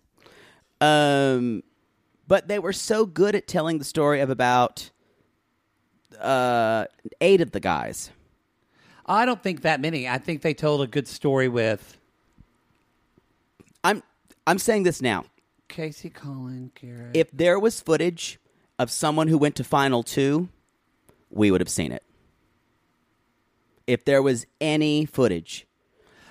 Speaker 3: Um, but they were so good at telling the story of about uh eight of the guys.
Speaker 2: I don't think that many. I think they told a good story with
Speaker 3: I'm I'm saying this now.
Speaker 2: Casey Collin, Garrett.
Speaker 3: If there was footage of someone who went to final two, we would have seen it. If there was any footage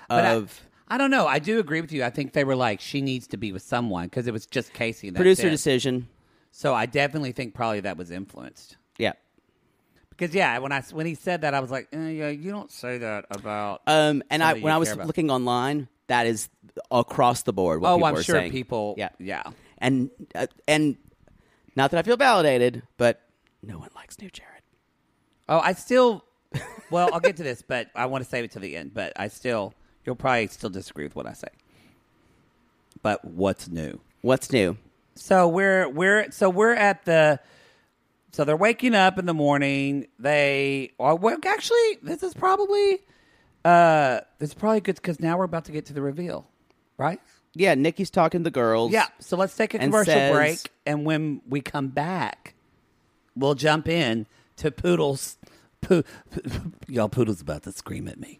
Speaker 2: But I-
Speaker 3: of
Speaker 2: I, don't know. I do agree with you. I think they were like, she needs to be with someone because it was just Casey. And that's
Speaker 3: producer
Speaker 2: it.
Speaker 3: decision,
Speaker 2: So I definitely think probably that was influenced.
Speaker 3: yeah.
Speaker 2: Because yeah, when I s- when he said that, I was like, eh, yeah, you don't say that about.
Speaker 3: Um, and I
Speaker 2: somebody
Speaker 3: when
Speaker 2: you
Speaker 3: I was
Speaker 2: care about.
Speaker 3: looking online, that is across the board. What
Speaker 2: oh,
Speaker 3: people
Speaker 2: I'm
Speaker 3: are
Speaker 2: sure
Speaker 3: saying.
Speaker 2: people.
Speaker 3: Yeah,
Speaker 2: yeah.
Speaker 3: and uh, and not that I feel validated, but no one likes New Jared.
Speaker 2: Oh, I still. Well, I'll get to this, but I want to save it to the end. But I still, you'll probably still disagree with what I say. But what's new?
Speaker 3: What's new?
Speaker 2: So we're we're so we're at the so they're waking up in the morning. They are well, actually this is probably uh this is probably good because now we're about to get to the reveal, right?
Speaker 3: Yeah, Nikki's talking to the girls.
Speaker 2: Yeah. So let's take a
Speaker 3: And
Speaker 2: commercial
Speaker 3: says-
Speaker 2: break, and when we come back, we'll jump in to Poodles. Poo, y'all, Poodles about to scream at me.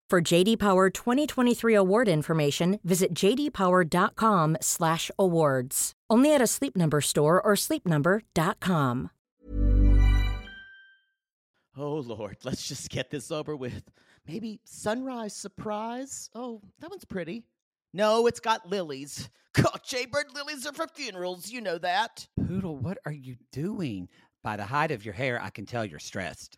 Speaker 4: For JD Power 2023 award information, visit jdpower.com/awards. Only at a Sleep Number store or sleepnumber.com.
Speaker 3: Oh Lord, let's just get this over with. Maybe sunrise surprise. Oh, that one's pretty. No, it's got lilies. God, Jaybird lilies are for funerals. You know that.
Speaker 2: Poodle, what are you doing? By the height of your hair, I can tell you're stressed.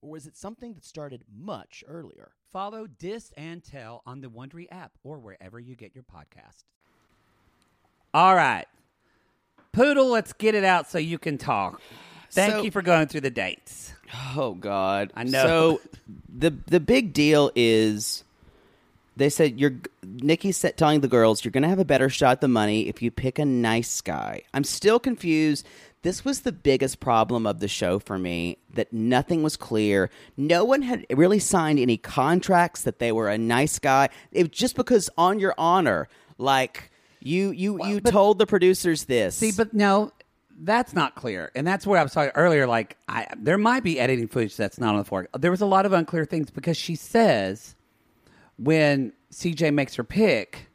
Speaker 5: or was it something that started much earlier?
Speaker 2: Follow Dis and Tell on the Wondery app or wherever you get your podcast. All right. Poodle, let's get it out so you can talk. Thank
Speaker 3: So-
Speaker 2: you for going through the dates.
Speaker 3: Oh God,
Speaker 2: I know.
Speaker 3: So the the big deal is they said you're Nikki said telling the girls you're going to have a better shot at the money if you pick a nice guy. I'm still confused. This was the biggest problem of the show for me that nothing was clear. No one had really signed any contracts that they were a nice guy. It was just because on your honor, like you you you told the producers this.
Speaker 2: See, but no, that's not clear, and that's where I was talking earlier. Like, I there might be editing footage that's not on the fork. There was a lot of unclear things because she says when CJ makes her pick,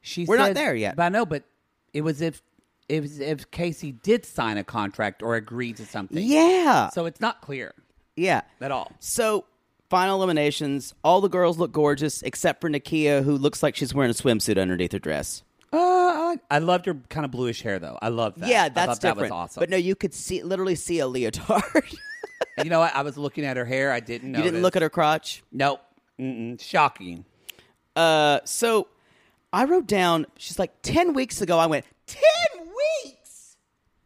Speaker 2: she
Speaker 3: We're not
Speaker 2: says-
Speaker 3: there yet.
Speaker 2: But I know, but it was if it was if Casey did sign a contract or agreed to something.
Speaker 3: yeah.
Speaker 2: So it's not clear
Speaker 3: Yeah.
Speaker 2: at all.
Speaker 3: So, final eliminations. All the girls look gorgeous except for Nakia, who looks like she's wearing a swimsuit underneath her dress.
Speaker 2: Uh, I, like- I loved her kind of bluish hair though. I love that.
Speaker 3: Yeah,
Speaker 2: I
Speaker 3: that's
Speaker 2: thought that
Speaker 3: different.
Speaker 2: was awesome.
Speaker 3: But no, you could see literally see a leotard.
Speaker 2: you know what? I was looking at her hair. I didn't.
Speaker 3: you didn't
Speaker 2: notice.
Speaker 3: look at her crotch.
Speaker 2: Nope. Mm-mm. Shocking.
Speaker 3: Uh, so I wrote down. She's like ten weeks ago. I went ten weeks.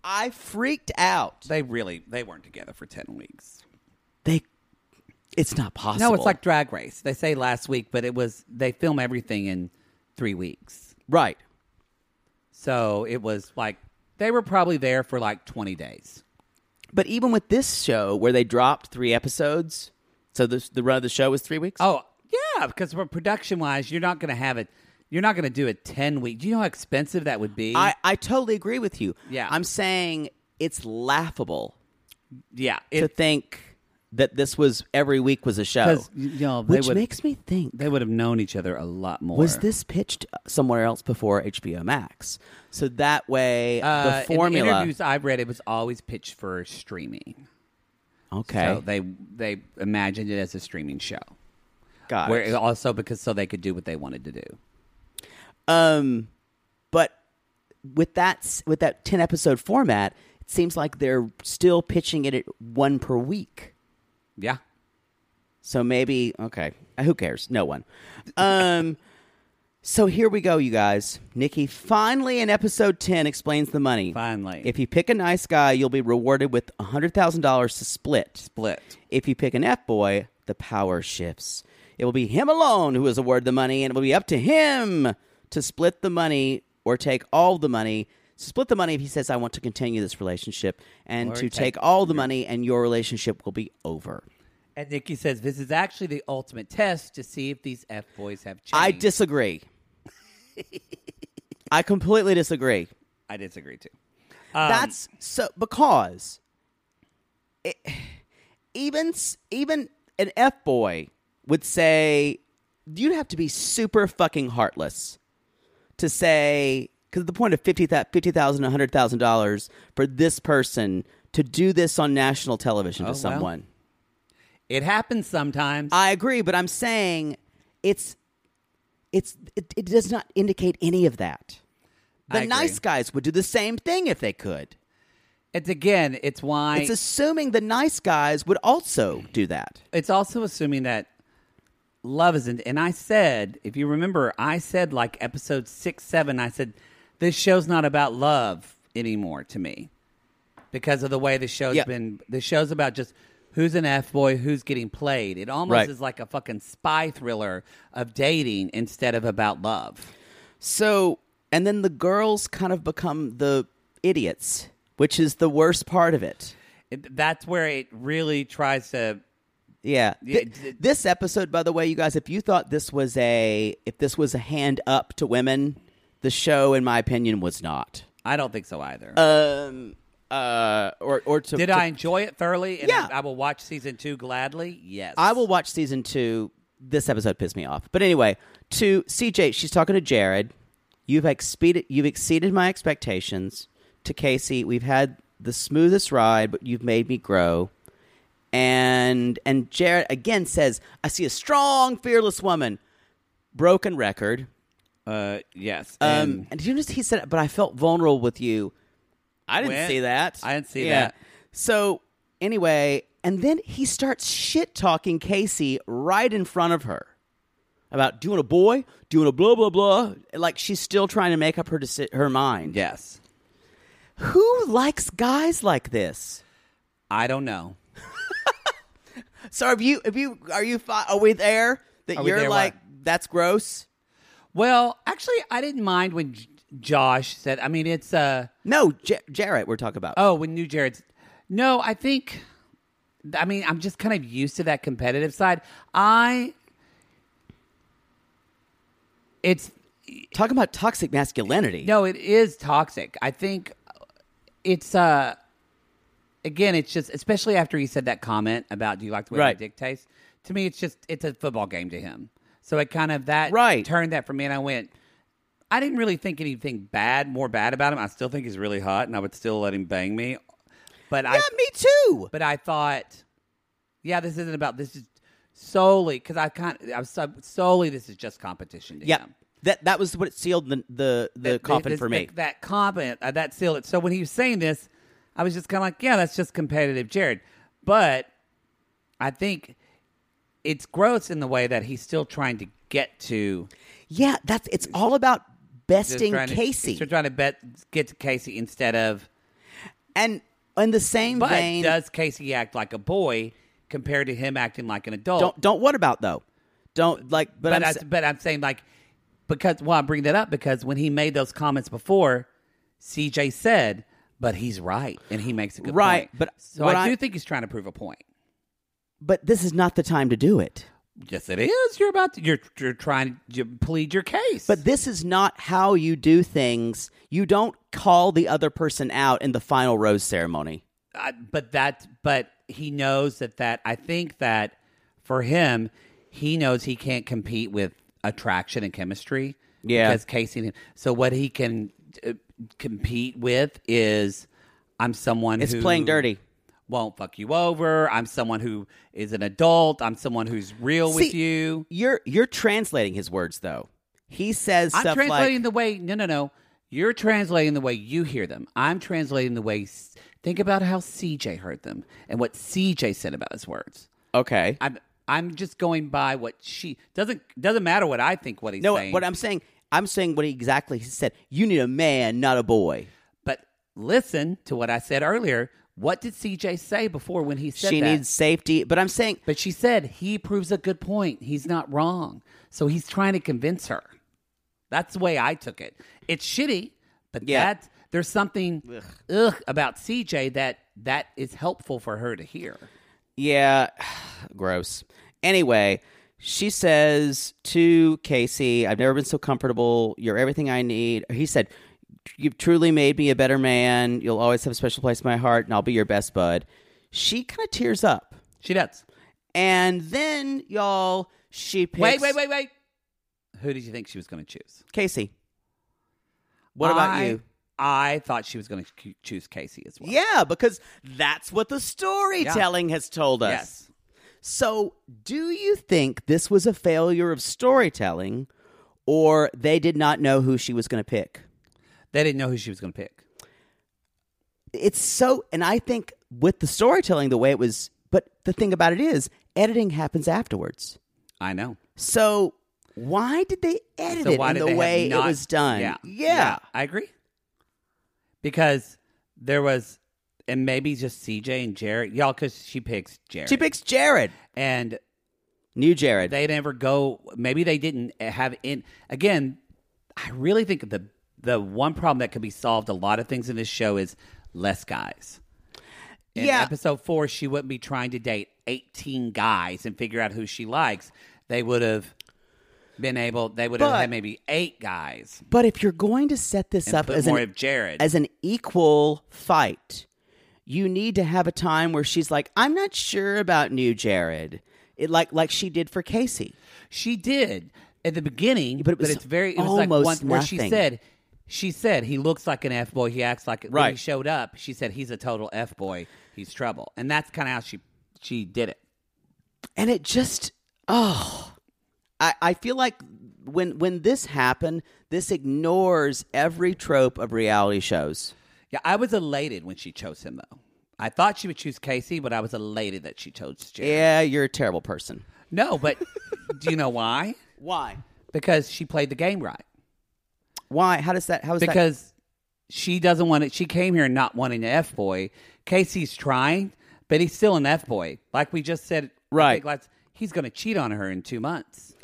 Speaker 3: I freaked out.
Speaker 2: They really they weren't together for ten weeks.
Speaker 3: They, it's not possible.
Speaker 2: No, it's like Drag Race. They say last week, but it was they film everything in three weeks,
Speaker 3: right.
Speaker 2: so it was like they were probably there for like twenty days.
Speaker 3: But even with this show, where they dropped three episodes, so the the run of the show was three weeks.
Speaker 2: Oh yeah, because production wise, you're not going to have it. You're not going to do it ten weeks. Do you know how expensive that would be?
Speaker 3: I, I totally agree with you.
Speaker 2: Yeah.
Speaker 3: I'm saying it's laughable
Speaker 2: yeah,
Speaker 3: to
Speaker 2: it,
Speaker 3: think that this was every week was a show.
Speaker 2: 'Cause, you know, they
Speaker 3: which
Speaker 2: would-
Speaker 3: makes me think
Speaker 2: they would have known each other a lot more.
Speaker 3: was this pitched somewhere else before HBO Max? So that way
Speaker 2: Uh,
Speaker 3: the
Speaker 2: In the
Speaker 3: formula
Speaker 2: interviews I've read, it was always pitched for streaming.
Speaker 3: Okay.
Speaker 2: So they they imagined it as a streaming show.
Speaker 3: got
Speaker 2: Where
Speaker 3: it.
Speaker 2: also because so they could do what they wanted to do.
Speaker 3: Um but with that s- with that 10 episode format, it seems like they're still pitching it at one per week.
Speaker 2: Yeah.
Speaker 3: So maybe okay. Uh, Who cares? No one. Um. so here we go, you guys. Nikki finally in episode ten explains the money.
Speaker 2: Finally.
Speaker 3: if you pick a nice guy, you'll be rewarded with hundred thousand dollars to split.
Speaker 2: Split.
Speaker 3: If you pick an F boy, the power shifts. It will be him alone who is awarded the money, and it will be up to him to split the money or take all the money. Split the money if he says, I want to continue this relationship, and
Speaker 2: Or
Speaker 3: to
Speaker 2: take-
Speaker 3: take all the money, and your relationship will be over.
Speaker 2: And Nikki says this is actually the ultimate test to see if these F boys have changed.
Speaker 3: I disagree. I completely disagree.
Speaker 2: I Um, disagree too.
Speaker 3: That's so because it, even s- even an f boy would say you'd have to be super fucking heartless to say because the point of fifty thousand, a hundred thousand dollars for this person to do this on national television
Speaker 2: Oh,
Speaker 3: to
Speaker 2: well.
Speaker 3: someone.
Speaker 2: It happens sometimes.
Speaker 3: I agree, but I'm saying it's it's it, it does not indicate any of that.
Speaker 2: I
Speaker 3: The
Speaker 2: agree.
Speaker 3: nice guys would do the same thing if they could.
Speaker 2: It's again, it's why
Speaker 3: it's assuming the nice guys would also do that.
Speaker 2: it's also assuming that love isn't. And I said, if you remember, I said like episode six, seven, I said, this show's not about love anymore to me because of the way the show's
Speaker 3: Yeah.
Speaker 2: been. The show's about just who's an F boy, who's getting played. It almost
Speaker 3: Right.
Speaker 2: is like a fucking spy thriller of dating instead of about love.
Speaker 3: So, and then the girls kind of become the idiots, which is the worst part of it.
Speaker 2: It, that's where it really tries to.
Speaker 3: Yeah.
Speaker 2: Yeah,
Speaker 3: Th-
Speaker 2: d-
Speaker 3: this episode, by the way, you guys, if you thought this was a if this was a hand up to women, the show, in my opinion, was not.
Speaker 2: I don't think so either.
Speaker 3: Um. Uh. Or or to
Speaker 2: Did
Speaker 3: to-
Speaker 2: I enjoy it thoroughly? And
Speaker 3: Yeah.
Speaker 2: I, I will watch season two gladly. Yes.
Speaker 3: I will watch season two. This episode pissed me off, but anyway, to CJ, she's talking to Jared. You've exceeded you've exceeded my expectations. To Casey, we've had the smoothest ride, but you've made me grow. And and Jared again says, "I see a strong, fearless woman." Broken record.
Speaker 2: Uh, yes.
Speaker 3: Um, and did you notice he said, "But I felt vulnerable with you." I didn't
Speaker 2: When-
Speaker 3: see that.
Speaker 2: I didn't see that.
Speaker 3: So anyway, and then he starts shit talking Casey right in front of her about doing a boy, doing a blah blah blah. Like she's still trying to make up her deci- her mind.
Speaker 2: yes.
Speaker 3: Who likes guys like this?
Speaker 2: I don't know.
Speaker 3: So have you? Have you? Are you? Fi- are we there? That
Speaker 2: Are we
Speaker 3: you're
Speaker 2: there,
Speaker 3: like
Speaker 2: what?
Speaker 3: that's gross.
Speaker 2: Well, actually, I didn't mind when J- Josh said. I mean, it's uh
Speaker 3: No, J- Jarrett, we're talking about.
Speaker 2: oh, when New Jared's. No, I think. I mean, I'm just kind of used to that competitive side. I. It's
Speaker 3: talking about toxic masculinity.
Speaker 2: No, it is toxic. I think it's uh again, it's just especially after he said that comment about do you like the way
Speaker 3: Right.
Speaker 2: my dick tastes? To me it's just it's a football game to him. So it kind of that
Speaker 3: Right.
Speaker 2: turned that for me and I went I didn't really think anything bad, more bad about him. I still think he's really hot and I would still let him bang me. But
Speaker 3: yeah,
Speaker 2: I
Speaker 3: me too.
Speaker 2: but I thought, yeah, this isn't about this is solely because I kind I was sub- solely this is just competition to
Speaker 3: Yeah,
Speaker 2: him.
Speaker 3: that that was what sealed the the, the
Speaker 2: that-
Speaker 3: coffin
Speaker 2: this-
Speaker 3: for me.
Speaker 2: That, that comment, uh, that sealed it. So when he was saying this, I was just kind of like, yeah, that's just competitive, Jared. But I think it's gross in the way that he's still trying to get to
Speaker 3: yeah, that's it's all about
Speaker 2: just
Speaker 3: besting
Speaker 2: trying to-
Speaker 3: Casey,
Speaker 2: still trying to bet get to Casey instead of.
Speaker 3: and in the same
Speaker 2: But
Speaker 3: vein,
Speaker 2: does Casey act like a boy compared to him acting like an adult?
Speaker 3: don't don't what about though? Don't like,
Speaker 2: but
Speaker 3: but, I'm
Speaker 2: I,
Speaker 3: sa-
Speaker 2: but I'm saying like because well I bring that up because when he made those comments before, CJ said, but he's right and he makes a good
Speaker 3: Right,
Speaker 2: point.
Speaker 3: but
Speaker 2: so
Speaker 3: what
Speaker 2: I,
Speaker 3: I-
Speaker 2: do think he's trying to prove a point.
Speaker 3: but this is not the time to do it.
Speaker 2: Yes, it is. You're about to you're you're trying to plead your case,
Speaker 3: But this is not how you do things. You don't call the other person out in the final rose ceremony.
Speaker 2: I, but that but he knows that that I think that for him he knows he can't compete with attraction and chemistry.
Speaker 3: Yeah.
Speaker 2: because Casey. So what he can uh, compete with is I'm someone
Speaker 3: It's
Speaker 2: who-
Speaker 3: playing dirty.
Speaker 2: won't fuck you over. I'm someone who is an adult. I'm someone who's real with
Speaker 3: See,
Speaker 2: you.
Speaker 3: You're you're translating his words though. He says
Speaker 2: I'm
Speaker 3: stuff
Speaker 2: translating
Speaker 3: like,
Speaker 2: the way no no no. You're translating the way you hear them. I'm translating the way s- think about how CJ heard them and what CJ said about his words.
Speaker 3: okay,
Speaker 2: I'm I'm just going by what she doesn't doesn't matter what I think what he's
Speaker 3: no.
Speaker 2: saying.
Speaker 3: What I'm saying, I'm saying what he exactly he said. You need a man, not a boy.
Speaker 2: but listen to what I said earlier. What did CJ say before when he said
Speaker 3: she
Speaker 2: that?
Speaker 3: needs safety. But I'm saying,
Speaker 2: but she said he proves a good point. He's not wrong. So he's trying to convince her. That's the way I took it. It's shitty, but
Speaker 3: Yeah.
Speaker 2: that there's something ugh. about CJ that that is helpful for her to hear.
Speaker 3: yeah, gross. Anyway, she says to Casey, I've never been so comfortable. You're everything I need. He said, You've truly made me a better man. You'll always have a special place in my heart, and I'll be your best bud. She kind of tears up.
Speaker 2: She does.
Speaker 3: And then, y'all, she picks.
Speaker 2: Wait, wait, wait, wait. Who did you think she was going to choose?
Speaker 3: Casey. What about
Speaker 2: I-
Speaker 3: you?
Speaker 2: I thought she was going to choose Casey as well.
Speaker 3: Yeah, because that's what the storytelling has told us.
Speaker 2: Yes.
Speaker 3: So, do you think this was a failure of storytelling or they did not know who she was going to pick?
Speaker 2: They didn't know who she was going to pick.
Speaker 3: It's so, and I think with the storytelling, the way it was, but the thing about it is, editing happens afterwards.
Speaker 2: I know.
Speaker 3: So, why did they edit
Speaker 2: So
Speaker 3: it
Speaker 2: why
Speaker 3: in
Speaker 2: did
Speaker 3: the
Speaker 2: they have
Speaker 3: way
Speaker 2: not-
Speaker 3: it was done?
Speaker 2: Yeah,
Speaker 3: Yeah.
Speaker 2: I agree. Because there was, and maybe just CJ and Jared, y'all, because she picks Jared.
Speaker 3: She picks Jared.
Speaker 2: and
Speaker 3: New Jared.
Speaker 2: they never go. Maybe they didn't have in again. I really think the the one problem that could be solved a lot of things in this show is less guys. In
Speaker 3: Yeah.
Speaker 2: episode four, she wouldn't be trying to date eighteen guys and figure out who she likes. They would have been able. They would have
Speaker 3: But-
Speaker 2: had maybe eight guys.
Speaker 3: But if you're going to set this
Speaker 2: And
Speaker 3: up
Speaker 2: put
Speaker 3: as
Speaker 2: more
Speaker 3: an,
Speaker 2: of Jared.
Speaker 3: as an equal fight, you need to have a time where she's like, "I'm not sure about new Jared," it like like she did for Casey.
Speaker 2: She did at the beginning,
Speaker 3: But
Speaker 2: but,
Speaker 3: it was
Speaker 2: it's very it was like one,
Speaker 3: almost
Speaker 2: where she
Speaker 3: nothing.
Speaker 2: said she said he looks like an f boy. He acts like when he
Speaker 3: Right.
Speaker 2: showed up. She said he's a total f boy. He's trouble, and that's kind of how she she did it.
Speaker 3: and it just oh I, I feel like when when this happened this ignores every trope of reality shows
Speaker 2: Yeah, I was elated when she chose him though. I thought she would choose Casey, but I was elated that she chose Jared.
Speaker 3: yeah you're a terrible person
Speaker 2: No, but do you know why?
Speaker 3: why
Speaker 2: Because she played the game right.
Speaker 3: why how does that how is that
Speaker 2: because she doesn't want it. She came here not wanting an F boy. Casey's trying, but he's still an F boy. Like we just said, I
Speaker 3: Right.
Speaker 2: think last- he's going to cheat on her in two months.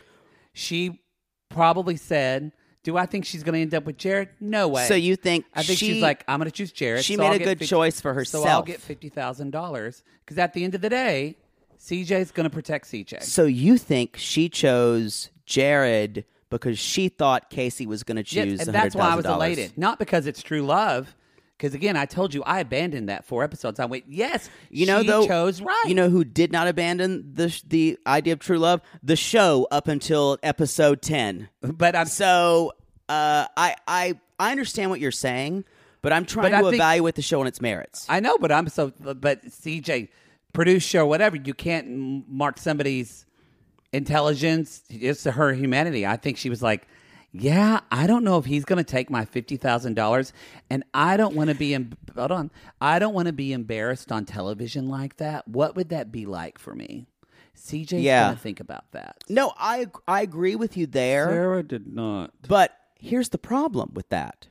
Speaker 2: She probably said, "Do I think she's going to end up with Jared? No way."
Speaker 3: So you think
Speaker 2: I think
Speaker 3: she-
Speaker 2: she's like, "I'm going to choose Jared."
Speaker 3: she
Speaker 2: so
Speaker 3: made
Speaker 2: I'll
Speaker 3: a
Speaker 2: get
Speaker 3: good choice for
Speaker 2: So I'll
Speaker 3: herself.
Speaker 2: get fifty thousand dollars because at the end of the day, CJ's going to protect CJ.
Speaker 3: so you think she chose jared because she thought casey was going to
Speaker 2: Yes,
Speaker 3: choose
Speaker 2: and that's why I was
Speaker 3: $100,000.
Speaker 2: elated. Not because it's true love, because again, I told you I abandoned that four episodes. I went, yes,
Speaker 3: you know
Speaker 2: she
Speaker 3: though
Speaker 2: chose right.
Speaker 3: you know who did not abandon the sh- the idea of true love the show up until episode 10
Speaker 2: but I'm
Speaker 3: So uh, I I I understand what you're saying, but I'm trying
Speaker 2: But I
Speaker 3: to
Speaker 2: think-
Speaker 3: evaluate the show and its merits.
Speaker 2: I know, but I'm so. But CJ, produce show, whatever. You can't m- mark somebody's intelligence. It's her humanity. I think she was like. Yeah, I don't know if he's going to take my fifty thousand dollars, and I don't want to be. Em- hold on, I don't want to be embarrassed on television like that. What would that be like for me? CJ's
Speaker 3: Yeah.
Speaker 2: going to think about that.
Speaker 3: no, I I agree with you there,
Speaker 2: Sarah did not.
Speaker 3: but here's the problem with that.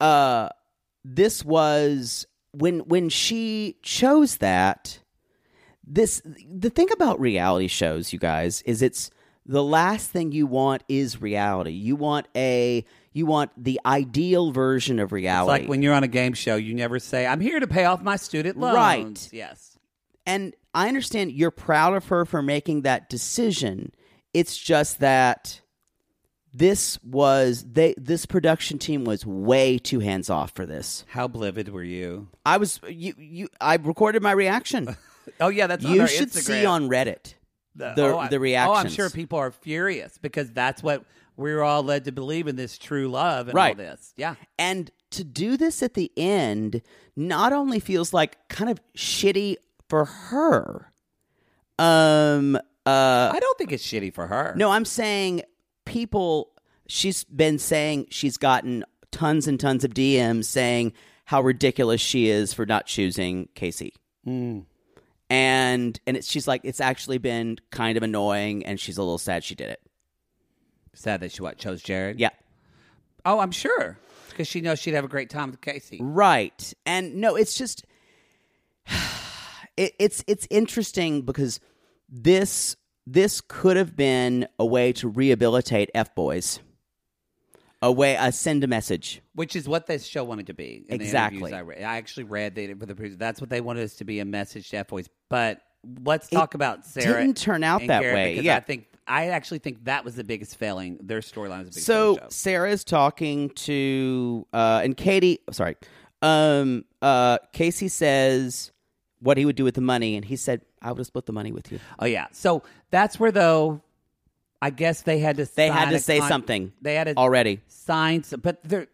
Speaker 3: Uh, this was when when she chose that. This the thing about reality shows, you guys, is it's the last thing you want is reality. You want a you want the ideal version of
Speaker 2: It's
Speaker 3: reality.
Speaker 2: like when you're on a game show, you never say, "I'm here to pay off my student loans."
Speaker 3: Right.
Speaker 2: Yes.
Speaker 3: and I understand you're proud of her for making that decision. It's just that this was they this production team was way too hands off for this.
Speaker 2: How livid were you?
Speaker 3: I was you you I recorded my reaction.
Speaker 2: Oh yeah, that's on
Speaker 3: you
Speaker 2: our
Speaker 3: should see
Speaker 2: Instagram.
Speaker 3: on Reddit the the,
Speaker 2: oh, I-
Speaker 3: reactions.
Speaker 2: Oh, I'm sure people are furious because that's what we were all led to believe in this true love and all
Speaker 3: Right.
Speaker 2: this. Yeah.
Speaker 3: And to do this at the end not only feels like kind of shitty for her. Um uh
Speaker 2: I don't think it's shitty for her.
Speaker 3: No, I'm saying people. She's been saying she's gotten tons and tons of DMs saying how ridiculous she is for not choosing Casey. And and it's, she's like, it's actually been kind of annoying, and she's a little sad she did it.
Speaker 2: Sad that she what chose Jared.
Speaker 3: Yeah,
Speaker 2: Oh, I'm sure because she knows she'd have a great time with Casey.
Speaker 3: right. And no, it's just it, it's it's interesting because this this could have been a way to rehabilitate f boys, a way uh, send a message.
Speaker 2: Which is what this show wanted to be. in the interviews
Speaker 3: Exactly.
Speaker 2: I, read. I actually read that for the producer. That's what they wanted us to be a message to F boys. But let's talk about Sarah.
Speaker 3: didn't turn out
Speaker 2: and
Speaker 3: that
Speaker 2: Garrett,
Speaker 3: way,
Speaker 2: because
Speaker 3: yeah.
Speaker 2: I think I actually think that was the biggest failing. Their storyline was the biggest
Speaker 3: so
Speaker 2: failing of the show.
Speaker 3: Sarah is talking to uh and Katie sorry. Um uh Casey says what he would do with the money, and he said, "I would have split the money with you."
Speaker 2: Oh yeah. So that's where though I guess they had to
Speaker 3: They had
Speaker 2: sign
Speaker 3: to
Speaker 2: a
Speaker 3: say something
Speaker 2: They had to
Speaker 3: already.
Speaker 2: sign some, but there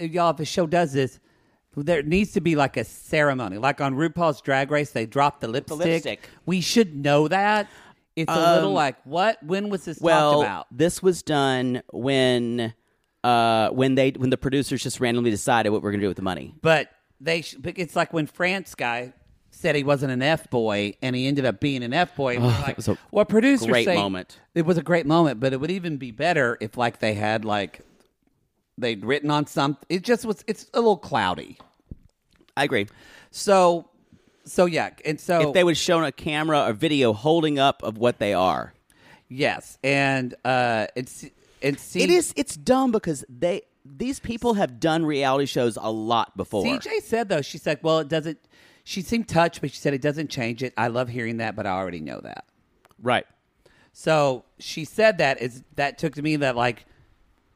Speaker 2: y'all if the show does this there needs to be like a ceremony. Like on RuPaul's Drag Race they dropped the lipstick.
Speaker 3: lipstick.
Speaker 2: We should know that. It's a little
Speaker 3: Um,
Speaker 2: like what when was this
Speaker 3: Well,
Speaker 2: talked about?
Speaker 3: this was done when uh, when they when the producers just randomly decided what we're going to do with the money.
Speaker 2: But they sh- but it's like when France guy said he wasn't an F boy and he ended up being an F boy. like,
Speaker 3: Oh, was a
Speaker 2: well, producers
Speaker 3: great
Speaker 2: say-
Speaker 3: moment.
Speaker 2: It was a great moment, but it would even be better if like they had like they'd written on something. It just was. It's a little cloudy.
Speaker 3: I agree.
Speaker 2: So so yeah, and so
Speaker 3: If they would have shown a camera or video holding up of what they are,
Speaker 2: yes, and uh, it's and see
Speaker 3: it is it's dumb because they these people have done reality shows a lot before.
Speaker 2: CJ said though she's like, well, it doesn't. She seemed touched, but she said it doesn't change it. I love hearing that, but I already know that.
Speaker 3: right?
Speaker 2: So she said that is that took to me that like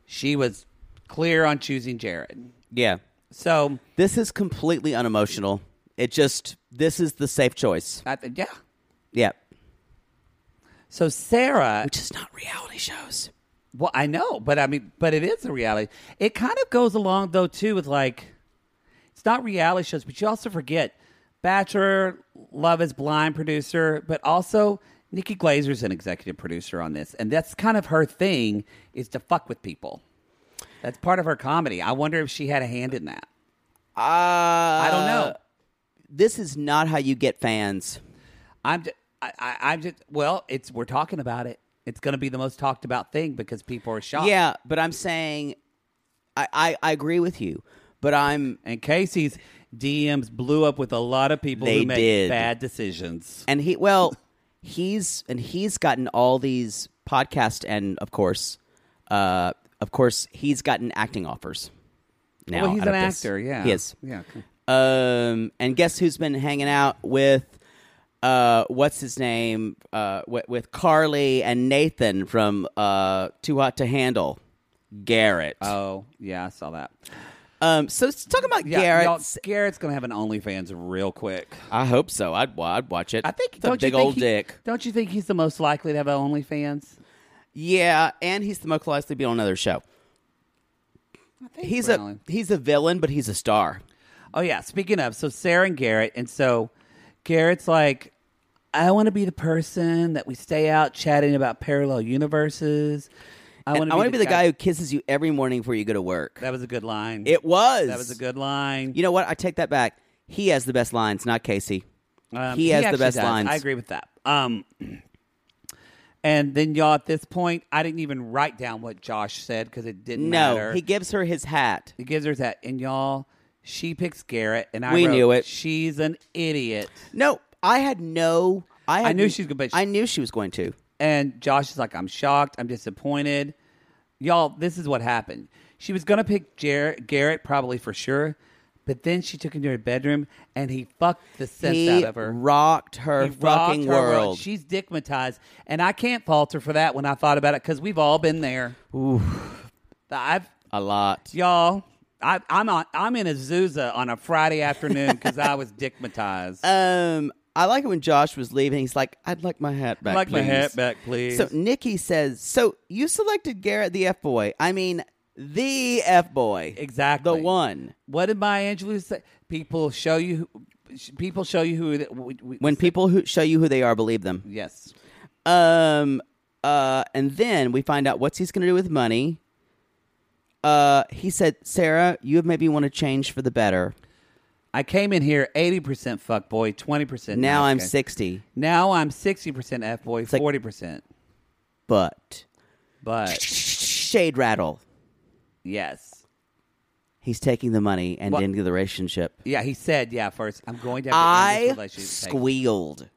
Speaker 2: she was clear on choosing Jared.
Speaker 3: Yeah.
Speaker 2: So
Speaker 3: This is completely unemotional. It just this is the safe choice.
Speaker 2: I th- yeah.
Speaker 3: Yeah.
Speaker 2: So Sarah,
Speaker 3: Which is not reality shows.
Speaker 2: well, I know, but I mean, but it is a reality. It kind of goes along though too with like it's not reality shows, but you also forget Bachelor, Love Is Blind producer, but also Nikki Glazer's an executive producer on this, and that's kind of her thing is to fuck with people. That's part of her comedy. I wonder if she had a hand in that.
Speaker 3: Uh,
Speaker 2: I
Speaker 3: I
Speaker 2: don't know.
Speaker 3: This is not how you get fans.
Speaker 2: I'm just, I, I, I'm just, well, it's, we're talking about it. It's going to be the most talked about thing because people are shocked.
Speaker 3: Yeah, but I'm saying, I, I I agree with you, but I'm
Speaker 2: And Casey's DMs blew up with a lot of people
Speaker 3: They
Speaker 2: who made
Speaker 3: did.
Speaker 2: bad decisions.
Speaker 3: and he well he's and he's gotten all these podcast and of course uh of course he's gotten acting offers now
Speaker 2: well, he's
Speaker 3: out
Speaker 2: an
Speaker 3: of this.
Speaker 2: actor. Yeah.
Speaker 3: he is
Speaker 2: Yeah. okay.
Speaker 3: um and guess who's been hanging out with uh what's his name uh with, with carly and nathan from uh too hot to handle garrett
Speaker 2: Oh, yeah. I saw that.
Speaker 3: um so let's talk about
Speaker 2: Yeah. y'all,
Speaker 3: garrett
Speaker 2: Garrett's going to have an OnlyFans real quick.
Speaker 3: i hope so i'd, wa- I'd watch it
Speaker 2: I think
Speaker 3: it's
Speaker 2: don't
Speaker 3: a
Speaker 2: you
Speaker 3: big
Speaker 2: think
Speaker 3: old
Speaker 2: he-
Speaker 3: dick
Speaker 2: Don't you think he's the most likely to have an OnlyFans?
Speaker 3: Yeah, and he's the most likely to be on another show. He's
Speaker 2: really.
Speaker 3: a he's a villain, but he's a star.
Speaker 2: Oh yeah. Speaking of, so Sarah and Garrett, and so Garrett's like, I want to be the person that we stay out chatting about parallel universes. I
Speaker 3: And I want to be the guy who kisses you every morning before you go to work.
Speaker 2: That was a good line.
Speaker 3: It was.
Speaker 2: That was a good line.
Speaker 3: You know what? I take that back. He has the best lines, not Casey.
Speaker 2: Um,
Speaker 3: he has the
Speaker 2: actually
Speaker 3: best
Speaker 2: does.
Speaker 3: lines.
Speaker 2: I agree with that. Um, and then y'all at this point, I didn't even write down what Josh said because it didn't
Speaker 3: No,
Speaker 2: matter.
Speaker 3: he gives her his hat.
Speaker 2: He gives her that, and y'all, she picks Garrett, and I
Speaker 3: We
Speaker 2: wrote,
Speaker 3: knew it.
Speaker 2: She's an idiot.
Speaker 3: No, I had no. I,
Speaker 2: I
Speaker 3: had-
Speaker 2: knew she was gonna- but she-
Speaker 3: I knew she was going to.
Speaker 2: And Josh is like, I'm shocked. I'm disappointed. Y'all, this is what happened. She was going to pick Jar- Garrett probably for sure, but then she took him to her bedroom and he fucked the sense
Speaker 3: He
Speaker 2: out of her.
Speaker 3: rocked her
Speaker 2: He rocked
Speaker 3: fucking
Speaker 2: her
Speaker 3: world.
Speaker 2: She's dickmatized. And I can't fault her for that when I thought about it because we've all been there. Ooh. I've,
Speaker 3: A lot.
Speaker 2: y'all. I, I'm on. I'm in Azusa on a Friday afternoon because I was dickmatized.
Speaker 3: Um, I like it when Josh was leaving. He's like, "I'd like my hat back.
Speaker 2: like my
Speaker 3: please."
Speaker 2: hat back, please.
Speaker 3: So Nikki says, "So you selected Garrett the F boy. I mean, the F boy.
Speaker 2: Exactly.
Speaker 3: The one.
Speaker 2: What did Maya Angelou say? People show you. Who, sh- people show you who. that- We, we,
Speaker 3: When people who show you who they are believe them.
Speaker 2: yes,
Speaker 3: Um. Uh. And then we find out what's he's going to do with money. Uh. He said, Sarah, you have made me want to change for the better.
Speaker 2: I came in here eighty percent fuck boy, twenty percent.
Speaker 3: Now I'm sixty,
Speaker 2: Now I'm sixty percent f boy,
Speaker 3: like-
Speaker 2: forty percent.
Speaker 3: but uh,
Speaker 2: But
Speaker 3: shade rattle.
Speaker 2: yes,
Speaker 3: He's taking the money and
Speaker 2: What?
Speaker 3: ending the relationship."
Speaker 2: yeah. He said, yeah. First, I'm going to. Have to end this
Speaker 3: I
Speaker 2: relationship.
Speaker 3: squealed.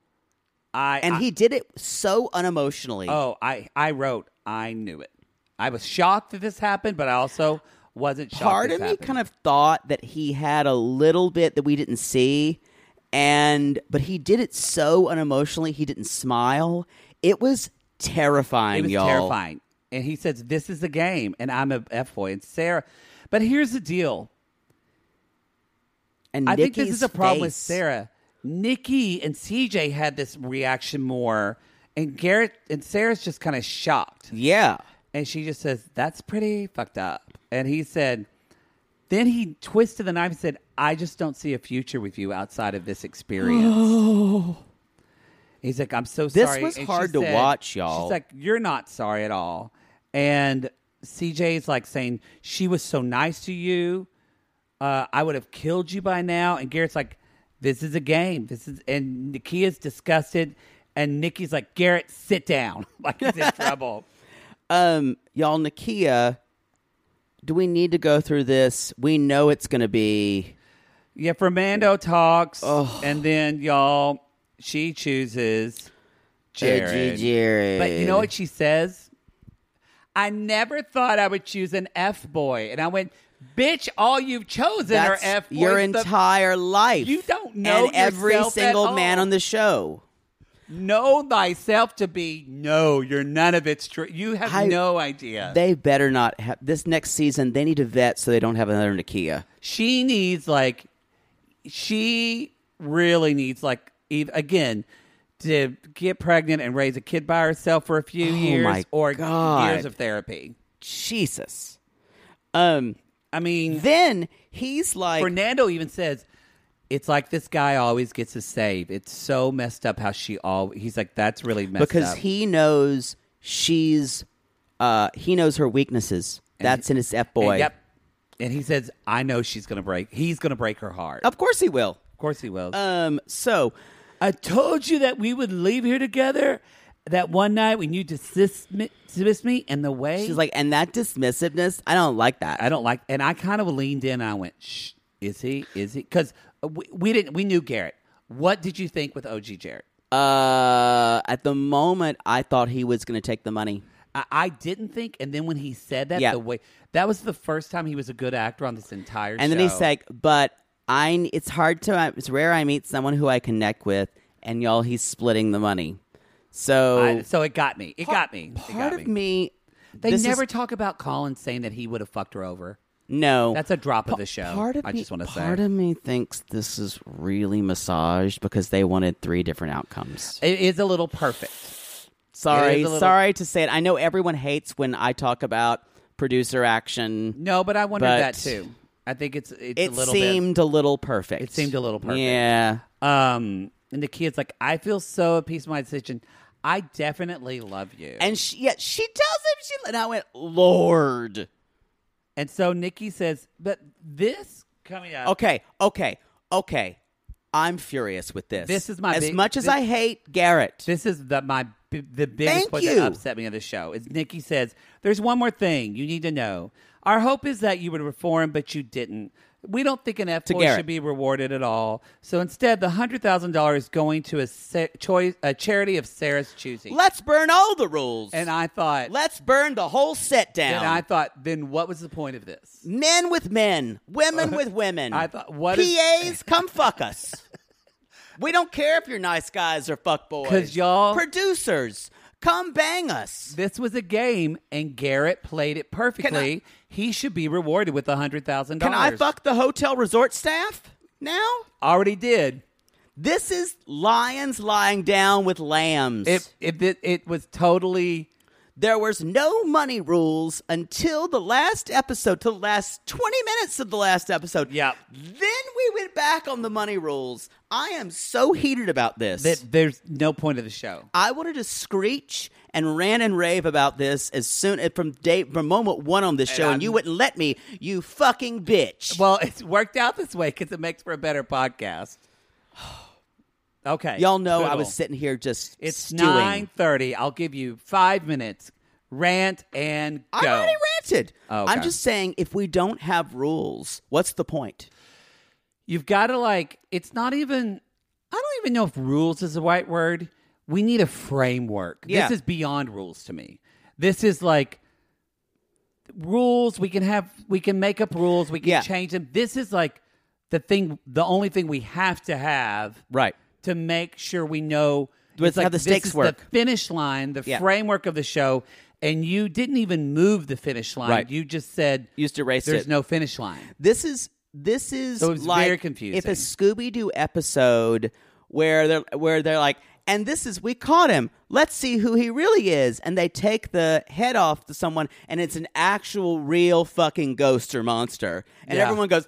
Speaker 2: I
Speaker 3: And
Speaker 2: I-
Speaker 3: he did it so unemotionally.
Speaker 2: Oh, I I wrote. I knew it. I was shocked that this happened, but I also wasn't shocked.
Speaker 3: part
Speaker 2: this
Speaker 3: of me
Speaker 2: happened.
Speaker 3: kind of thought that he had a little bit that we didn't see and but he did it so unemotionally he didn't smile it was terrifying
Speaker 2: It was
Speaker 3: y'all
Speaker 2: terrifying. And he says, This is the game. And I'm a F boy. And Sarah, but here's the deal.
Speaker 3: and
Speaker 2: I think
Speaker 3: Nikki's
Speaker 2: this is a problem with
Speaker 3: face-
Speaker 2: Sarah. Nikki and CJ had this reaction more, and Garrett and Sarah's just kind of shocked.
Speaker 3: Yeah.
Speaker 2: And she just says, That's pretty fucked up. And he said, Then he twisted the knife and said, I just don't see a future with you outside of this experience. He's like, I'm so
Speaker 3: This
Speaker 2: sorry.
Speaker 3: was
Speaker 2: And she
Speaker 3: hard to
Speaker 2: said-
Speaker 3: watch, y'all.
Speaker 2: She's like, You're not sorry at all. And CJ's like saying, She was so nice to you. Uh, I would have killed you by now. And Garrett's like, This is a game. This is and Nikia's disgusted. And Nikki's like, Garrett, sit down. like he's in trouble.
Speaker 3: Um, y'all, Nakia, do we need to go through this? We know it's going to be.
Speaker 2: Yeah, Fernando talks, and then y'all, she chooses Jared.
Speaker 3: Edgy Jared.
Speaker 2: But you know what she says? I never thought I would choose an F boy, and I went, "Bitch, all you've chosen
Speaker 3: That's
Speaker 2: are F boys."
Speaker 3: your
Speaker 2: The-
Speaker 3: entire life.
Speaker 2: You don't know
Speaker 3: And every
Speaker 2: yourself at
Speaker 3: single man
Speaker 2: all.
Speaker 3: on the show.
Speaker 2: know thyself to be. No, you're none of it's true. You have
Speaker 3: I-
Speaker 2: no idea.
Speaker 3: They better not have this next season. They need to vet so they don't have another Nakia.
Speaker 2: she needs like she really needs like eith- again to get pregnant and raise a kid by herself for a few years
Speaker 3: Oh my
Speaker 2: or
Speaker 3: God.
Speaker 2: years of therapy.
Speaker 3: Jesus. Um.
Speaker 2: I mean,
Speaker 3: Then he's like,
Speaker 2: Fernando even says it's like this guy always gets a save. It's so messed up how she all he's like that's really messed
Speaker 3: because
Speaker 2: up.
Speaker 3: he knows she's, uh, he knows her weaknesses. That's in his F
Speaker 2: And
Speaker 3: boy.
Speaker 2: yep. And he says I know she's going to break. He's going to break her heart.
Speaker 3: Of course he will.
Speaker 2: Of course he will.
Speaker 3: Um. So
Speaker 2: I told you that we would leave here together. That one night when you dismissed me, dismissed me and the way
Speaker 3: she's like, and that dismissiveness, I don't like that.
Speaker 2: I don't like, and I kind of leaned in. And I went, Shh, "Is he? Is he?" Because we, we didn't. We knew Garrett. What did you think with OG Garrett?
Speaker 3: Uh, at the moment, I thought he was going to take the money.
Speaker 2: I, I didn't think, and then when he said that,
Speaker 3: Yeah.
Speaker 2: the way that was the first time he was a good actor on this entire.
Speaker 3: And then he's
Speaker 2: show.
Speaker 3: like, but I, it's hard to, uh, it's rare I meet someone who I connect with, and y'all, he's splitting the money. So,
Speaker 2: I- "So it got me. It got me. It
Speaker 3: part
Speaker 2: got
Speaker 3: of me,
Speaker 2: They
Speaker 3: this
Speaker 2: never
Speaker 3: is,
Speaker 2: talk about Colin saying that he would have fucked her over.
Speaker 3: no,
Speaker 2: That's a drop of
Speaker 3: Pa-
Speaker 2: the show.
Speaker 3: Part of
Speaker 2: I
Speaker 3: me,
Speaker 2: just want to say.
Speaker 3: part of me thinks this is really massaged because they wanted three different outcomes.
Speaker 2: it is a little perfect.
Speaker 3: Sorry,
Speaker 2: little-
Speaker 3: sorry to say it. I know everyone hates when I talk about producer action.
Speaker 2: No, but I wondered
Speaker 3: But-
Speaker 2: that too. I think it's it's a
Speaker 3: it
Speaker 2: little
Speaker 3: seemed a little perfect.
Speaker 2: It seemed a little perfect.
Speaker 3: Yeah.
Speaker 2: bit. Um, and the kid's like, I feel so at peace with my decision. I definitely love you.
Speaker 3: And she, yeah, she tells him she. And I went, Lord.
Speaker 2: and so Nikki says, but this coming up.
Speaker 3: Okay, okay, okay. I'm furious with this.
Speaker 2: This is my
Speaker 3: as
Speaker 2: big-
Speaker 3: much as
Speaker 2: this-
Speaker 3: I hate Garrett.
Speaker 2: This is the my b- the
Speaker 3: Thank
Speaker 2: biggest point
Speaker 3: you.
Speaker 2: that upset me of the show is Nikki says there's one more thing you need to know. Our hope is that you would reform, but you didn't. We don't think an F
Speaker 3: To
Speaker 2: boy
Speaker 3: Garrett.
Speaker 2: should be rewarded at all. So instead, the hundred thousand dollars going to a sa- choice a charity of Sarah's choosing.
Speaker 3: Let's burn all the rules.
Speaker 2: and I thought,
Speaker 3: Let's burn the whole set down.
Speaker 2: and I thought, then what was the point of this?
Speaker 3: men with men, women with women.
Speaker 2: I thought, what
Speaker 3: PAs
Speaker 2: is-
Speaker 3: come fuck us. we don't care if you're nice guys or fuck boys.
Speaker 2: 'Cause y'all-
Speaker 3: producers come bang us.
Speaker 2: This was a game, and Garrett played it perfectly. he should be rewarded with a hundred thousand
Speaker 3: Can
Speaker 2: dollars.
Speaker 3: I fuck the hotel resort staff now?
Speaker 2: Already did.
Speaker 3: This is lions lying down with lambs.
Speaker 2: It it it, it was totally.
Speaker 3: there was no money rules until the last episode, to the last 20 minutes of the last episode.
Speaker 2: Yep.
Speaker 3: Then we went back on the money rules. I am so heated about this.
Speaker 2: that there's no point of the show.
Speaker 3: I wanted to screech and rant and rave about this as soon as from day from moment one on this show, and,
Speaker 2: I'm-
Speaker 3: you wouldn't let me, you fucking bitch.
Speaker 2: Well, it's worked out this way because it makes for a better podcast. Okay,
Speaker 3: Y'all know I
Speaker 2: poodle.
Speaker 3: was sitting here just
Speaker 2: It's
Speaker 3: stewing.
Speaker 2: nine thirty. I'll give you five minutes. Rant and go.
Speaker 3: I already ranted.
Speaker 2: Oh, okay.
Speaker 3: I'm just saying, if we don't have rules, what's the point?
Speaker 2: You've got to like. It's not even. I don't even know if rules is the right word. We need a framework.
Speaker 3: Yeah.
Speaker 2: This is beyond rules to me. This is like rules. We can have. We can make up rules. We can
Speaker 3: Yeah.
Speaker 2: change them. This is like the thing. The only thing we have to have.
Speaker 3: Right.
Speaker 2: to make sure we know
Speaker 3: With
Speaker 2: it's like
Speaker 3: how the
Speaker 2: this
Speaker 3: stakes
Speaker 2: is
Speaker 3: work.
Speaker 2: the finish line, the
Speaker 3: Yeah.
Speaker 2: framework of the show, and you didn't even move the finish line.
Speaker 3: Right.
Speaker 2: You just said
Speaker 3: You just erased
Speaker 2: there's
Speaker 3: it.
Speaker 2: no finish line.
Speaker 3: This is this is
Speaker 2: So it was
Speaker 3: like
Speaker 2: very confusing.
Speaker 3: if a Scooby Doo episode where they're where they're like, and this is we caught him. Let's see who he really is. And they take the head off to someone, and it's an actual real fucking ghost or monster. And
Speaker 2: Yeah.
Speaker 3: everyone goes,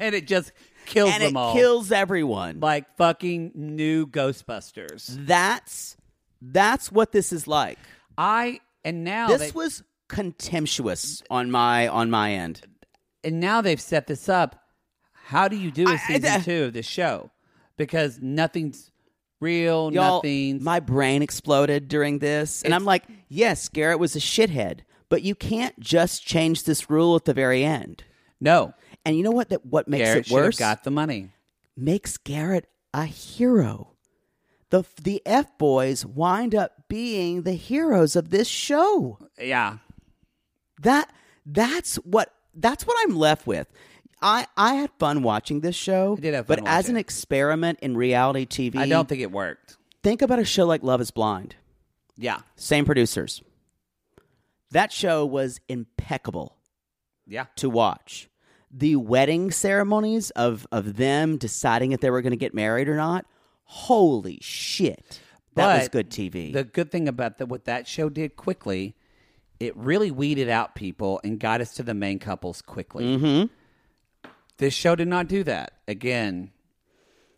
Speaker 2: and it just kills
Speaker 3: and
Speaker 2: them
Speaker 3: it
Speaker 2: all.
Speaker 3: kills everyone.
Speaker 2: like fucking new Ghostbusters.
Speaker 3: that's that's what this is like.
Speaker 2: I and now
Speaker 3: this
Speaker 2: they-
Speaker 3: was contemptuous on my on my end.
Speaker 2: and now they've set this up. How do you do
Speaker 3: I- I-
Speaker 2: a season
Speaker 3: that-
Speaker 2: two of this show? Because nothing's real,
Speaker 3: Y'all,
Speaker 2: nothing's
Speaker 3: my brain exploded during this, and I'm like, yes, Garrett was a shithead, but you can't just change this rule at the very end.
Speaker 2: no.
Speaker 3: And you know what? That what makes
Speaker 2: Garrett
Speaker 3: it
Speaker 2: should have
Speaker 3: worse
Speaker 2: got the money.
Speaker 3: makes Garrett a hero. The the F boys wind up being the heroes of this show.
Speaker 2: Yeah,
Speaker 3: That that's what that's what I'm left with. I I had fun watching this show.
Speaker 2: I did have
Speaker 3: but
Speaker 2: fun
Speaker 3: as
Speaker 2: watching
Speaker 3: an
Speaker 2: it.
Speaker 3: experiment in reality TV,
Speaker 2: I don't think it worked.
Speaker 3: think about a show like Love Is Blind.
Speaker 2: Yeah,
Speaker 3: Same producers. That show was impeccable
Speaker 2: yeah.
Speaker 3: to watch. The wedding ceremonies of of them deciding if they were going to get married or not. Holy shit. That was
Speaker 2: But
Speaker 3: good TV.
Speaker 2: The good thing about the, what that show did quickly, it really weeded out people and got us to the main couples quickly.
Speaker 3: hmm
Speaker 2: This show did not do that. Again,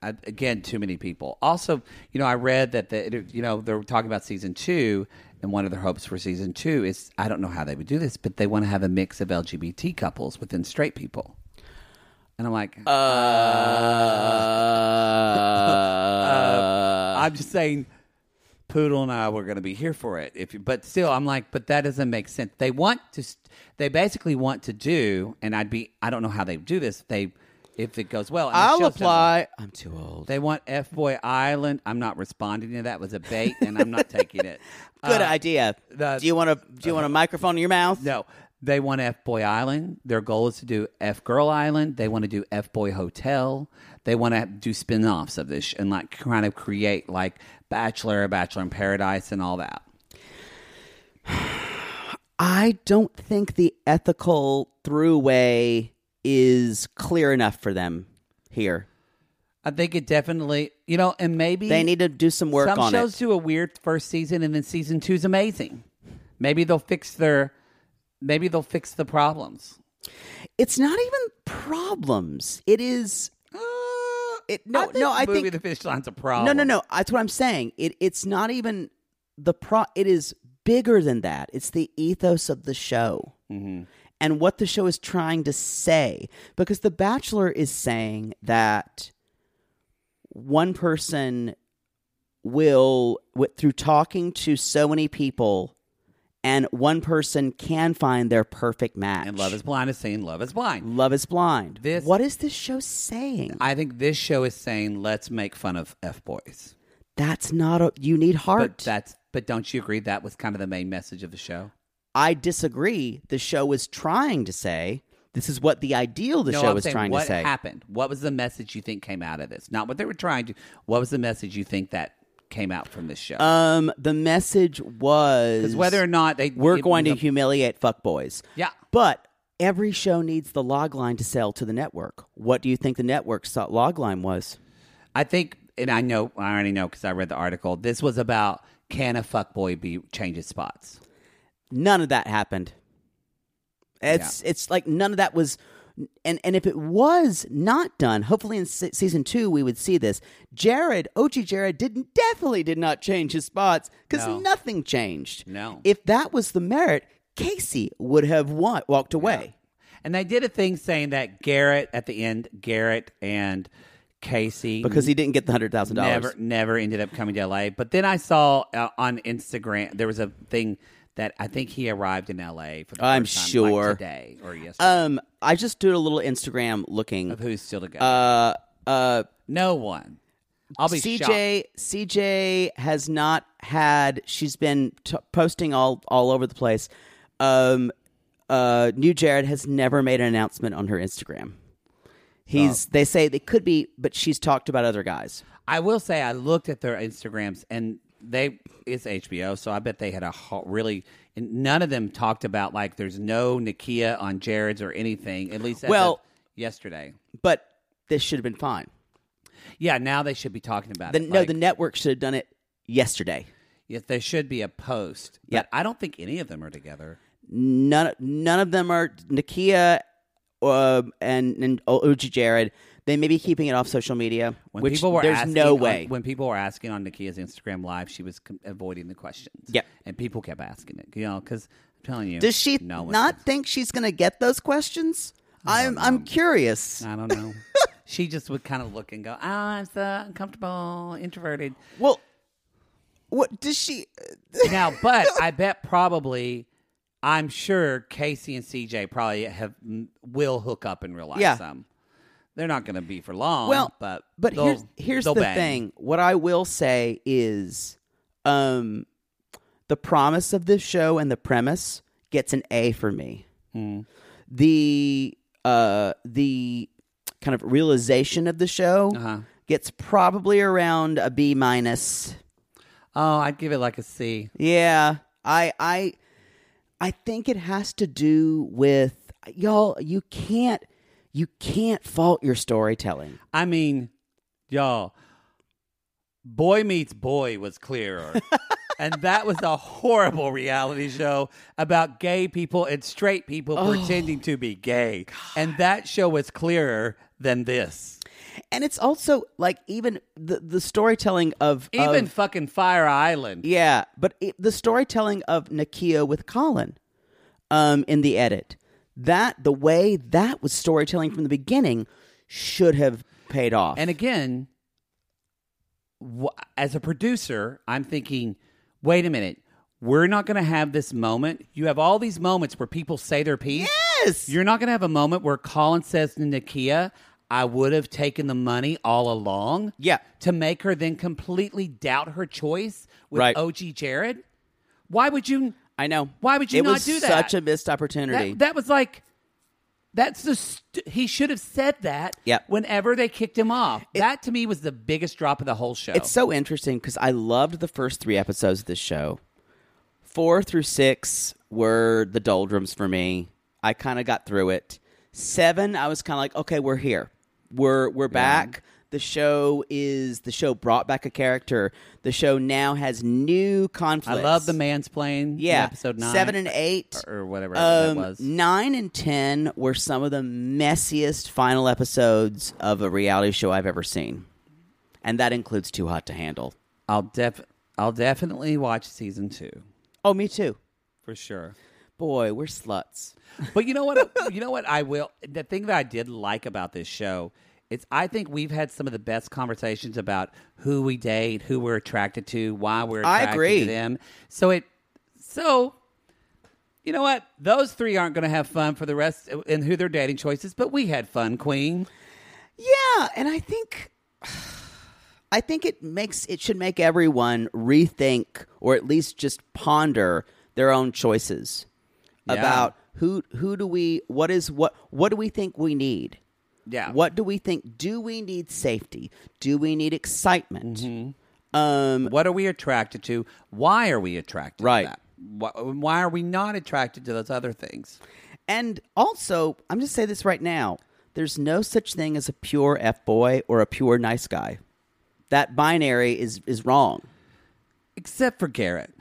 Speaker 2: I, again, too many people. Also, you know, I read that the you know they're talking about season two, and one of their hopes for season two is I don't know how they would do this, but they want to have a mix of LGBT couples within straight people. And I'm like, uh, I'm just saying, Poodle and I were going to be here for it. If you, but still, I'm like, but that doesn't make sense. They want to, st- they basically want to do, and I'd be, I don't know how they do this. They, if it goes well, and the
Speaker 3: I'll
Speaker 2: show's done well.
Speaker 3: apply. I'm too old.
Speaker 2: They want F Boy Island. I'm not responding to that. It was a bait, and I'm not taking it.
Speaker 3: Good
Speaker 2: Uh,
Speaker 3: idea.
Speaker 2: the-
Speaker 3: do you want to? Do you want a microphone in your mouth?
Speaker 2: No, they want F Boy Island. Their goal is to do F Girl Island. They want to do F Boy Hotel. They want to do spin offs of this and like kind of create like Bachelor, Bachelor in Paradise, and all that.
Speaker 3: I don't think the ethical throughway is clear enough for them here.
Speaker 2: I think it definitely, you know, and maybe
Speaker 3: They need to do some work
Speaker 2: some
Speaker 3: on
Speaker 2: shows
Speaker 3: it.
Speaker 2: do a weird first season, and then season two's amazing. Maybe they'll fix their, maybe they'll fix the problems.
Speaker 3: It's not even problems. It is. It, no,
Speaker 2: Uh, I think
Speaker 3: no, I
Speaker 2: movie
Speaker 3: think
Speaker 2: the fish line's a problem.
Speaker 3: no, no, no. That's what I'm saying. It, it's not even the pro. It is bigger than that. It's the ethos of the show
Speaker 2: Mm-hmm.
Speaker 3: and what the show is trying to say. Because The Bachelor is saying that one person will, wi- through talking to so many people, and one person can find their perfect match.
Speaker 2: And Love Is Blind is saying Love Is Blind.
Speaker 3: Love is blind.
Speaker 2: This-
Speaker 3: what is this show saying?
Speaker 2: I think this show is saying let's make fun of f boys.
Speaker 3: that's not a. You need heart.
Speaker 2: But that's but don't you agree that was kind of the main message of the show?
Speaker 3: I disagree. The show was trying to say this is what the ideal the
Speaker 2: no,
Speaker 3: show
Speaker 2: I'm
Speaker 3: was
Speaker 2: saying,
Speaker 3: trying
Speaker 2: what
Speaker 3: to say.
Speaker 2: happened? What was the message you think came out of this? Not what they were trying to. What was the message you think that came out from this show?
Speaker 3: Um, the message was
Speaker 2: Because whether or not they
Speaker 3: we're
Speaker 2: it
Speaker 3: going to
Speaker 2: was a-
Speaker 3: humiliate fuckboys.
Speaker 2: Yeah.
Speaker 3: but every show needs the log line to sell to the network. What do you think the network's so- log line was?
Speaker 2: I think, and I know, I already know because I read the article. This was about can a fuckboy be changes spots?
Speaker 3: None of that happened. It's it's like none of that was. And and if it was not done, hopefully in se- season two we would see this. Jared, OG Jared, didn't definitely did not change his spots because
Speaker 2: No.
Speaker 3: nothing changed.
Speaker 2: No.
Speaker 3: if that was the merit, Casey would have wa- walked away.
Speaker 2: And they did a thing saying that Garrett at the end, Garrett and Casey,
Speaker 3: Because he didn't get the hundred thousand
Speaker 2: never
Speaker 3: dollars.
Speaker 2: never ended up coming to LA. But then I saw uh, on Instagram there was a thing that I think he arrived in LA for the
Speaker 3: I'm
Speaker 2: first time, like,
Speaker 3: sure.
Speaker 2: today or yesterday
Speaker 3: Um, I just did a little Instagram looking.
Speaker 2: of who's still to go.
Speaker 3: Uh, uh,
Speaker 2: no one. I'll be
Speaker 3: CJ
Speaker 2: shocked.
Speaker 3: CJ has not had she's been t- posting all all over the place. Um uh new Jared has never made an announcement on her Instagram.
Speaker 2: Oh.
Speaker 3: He's they say they could be but she's talked about other guys.
Speaker 2: I will say I looked at their Instagrams and they it's HBO, so I bet they had a ho- really. And none of them talked about like there's no Nikia on Jared's or anything. At least as of
Speaker 3: Well-
Speaker 2: yesterday.
Speaker 3: But this should have been fine.
Speaker 2: Yeah, now they should be talking about
Speaker 3: The,
Speaker 2: it.
Speaker 3: no,
Speaker 2: Like,
Speaker 3: the network should have done it yesterday.
Speaker 2: yeah, there should be a post. But
Speaker 3: Yeah.
Speaker 2: I don't think any of them are together.
Speaker 3: None, none of them are Nakia uh, and and O- Uji Jared. They may be keeping it off social media, which there's
Speaker 2: asking
Speaker 3: no
Speaker 2: on-
Speaker 3: way.
Speaker 2: when people were asking on Nikia's Instagram live, she was com- avoiding the questions.
Speaker 3: Yep.
Speaker 2: and people kept asking it. You know, because I'm telling you,
Speaker 3: Does she
Speaker 2: no one
Speaker 3: not think she's going to get those questions? I'm I'm curious.
Speaker 2: I don't know. she just would kind of look and go, oh, "I'm so uncomfortable, introverted."
Speaker 3: Well, what does she?
Speaker 2: Now, but I bet probably, I'm sure Casey and CJ probably have m- will hook up in real life.
Speaker 3: Yeah.
Speaker 2: Some they're not going to be for long.
Speaker 3: well,
Speaker 2: Um, but
Speaker 3: but
Speaker 2: they'll-
Speaker 3: here's here's
Speaker 2: they'll
Speaker 3: the
Speaker 2: bang.
Speaker 3: thing. What I will say is, um, the promise of this show and the premise gets an A for me.
Speaker 2: Hmm.
Speaker 3: The uh the kind of realization of the show
Speaker 2: Uh-huh.
Speaker 3: gets probably around a B minus.
Speaker 2: Oh, I'd give it like a C.
Speaker 3: Yeah, I I I think it has to do with y'all. You can't you can't fault your storytelling.
Speaker 2: I mean, y'all, Boy Meets Boy was clearer. and that was a horrible reality show about gay people and straight people pretending to be gay. And that show was clearer than this.
Speaker 3: And it's also like even the the storytelling of
Speaker 2: Even
Speaker 3: of-
Speaker 2: fucking Fire Island.
Speaker 3: yeah, but it, the storytelling of Nakia with Colin, um, in the edit that the way that was storytelling from the beginning should have paid off.
Speaker 2: And again, wh- as a producer, I'm thinking, wait a minute. We're not going to have this moment. You have all these moments where people say their piece.
Speaker 3: yes,
Speaker 2: You're not going to have a moment where Colin says to Nakia, I would have taken the money all along.
Speaker 3: Yeah.
Speaker 2: To make her then completely doubt her choice with
Speaker 3: Right.
Speaker 2: OG Jared. Why would you?
Speaker 3: I know.
Speaker 2: Why would you
Speaker 3: it
Speaker 2: not
Speaker 3: was
Speaker 2: do that?
Speaker 3: Such a missed opportunity.
Speaker 2: That, that was like, that's the, st- he should have said that
Speaker 3: Yeah.
Speaker 2: whenever they kicked him off. that to me was the biggest drop of the whole show.
Speaker 3: It's so interesting because I loved the first three episodes of this show. Four through six were the doldrums for me. I kind of got through it. Seven, I was kind of like, okay, we're here. We're we're back. The show is the show brought back a character. The show now has new
Speaker 2: I
Speaker 3: conflicts.
Speaker 2: love the mansplain. in
Speaker 3: Yeah,
Speaker 2: episode nine,
Speaker 3: seven and eight,
Speaker 2: or, or whatever that
Speaker 3: Um,
Speaker 2: was.
Speaker 3: Nine and ten were some of the messiest final episodes of a reality show I've ever seen, and that includes Too Hot to Handle.
Speaker 2: I'll def, I'll definitely watch season two
Speaker 3: Oh, me too.
Speaker 2: for sure.
Speaker 3: Boy, we're sluts.
Speaker 2: But you know what? you know what? I will. The thing that I did like about this show is I think we've had some of the best conversations about who we date, who we're attracted to, why we're
Speaker 3: I
Speaker 2: attracted
Speaker 3: agree.
Speaker 2: to them. So it. So. You know what? Those three aren't going to have fun for the rest in who their dating choices, but we had fun, Queen.
Speaker 3: Yeah, and I think I think it makes it should make everyone rethink or at least just ponder their own choices
Speaker 2: Yeah.
Speaker 3: about who who do we what is what what do we think we need?
Speaker 2: Yeah.
Speaker 3: What do we think do we need safety? Do we need excitement?
Speaker 2: Mm-hmm.
Speaker 3: Um
Speaker 2: What are we attracted to? Why are we attracted
Speaker 3: Right.
Speaker 2: to that? Why, why are we not attracted to those other things?
Speaker 3: and also, I'm just saying this right now. There's no such thing as a pure F boy or a pure nice guy. That binary is is wrong.
Speaker 2: Except for Garrett.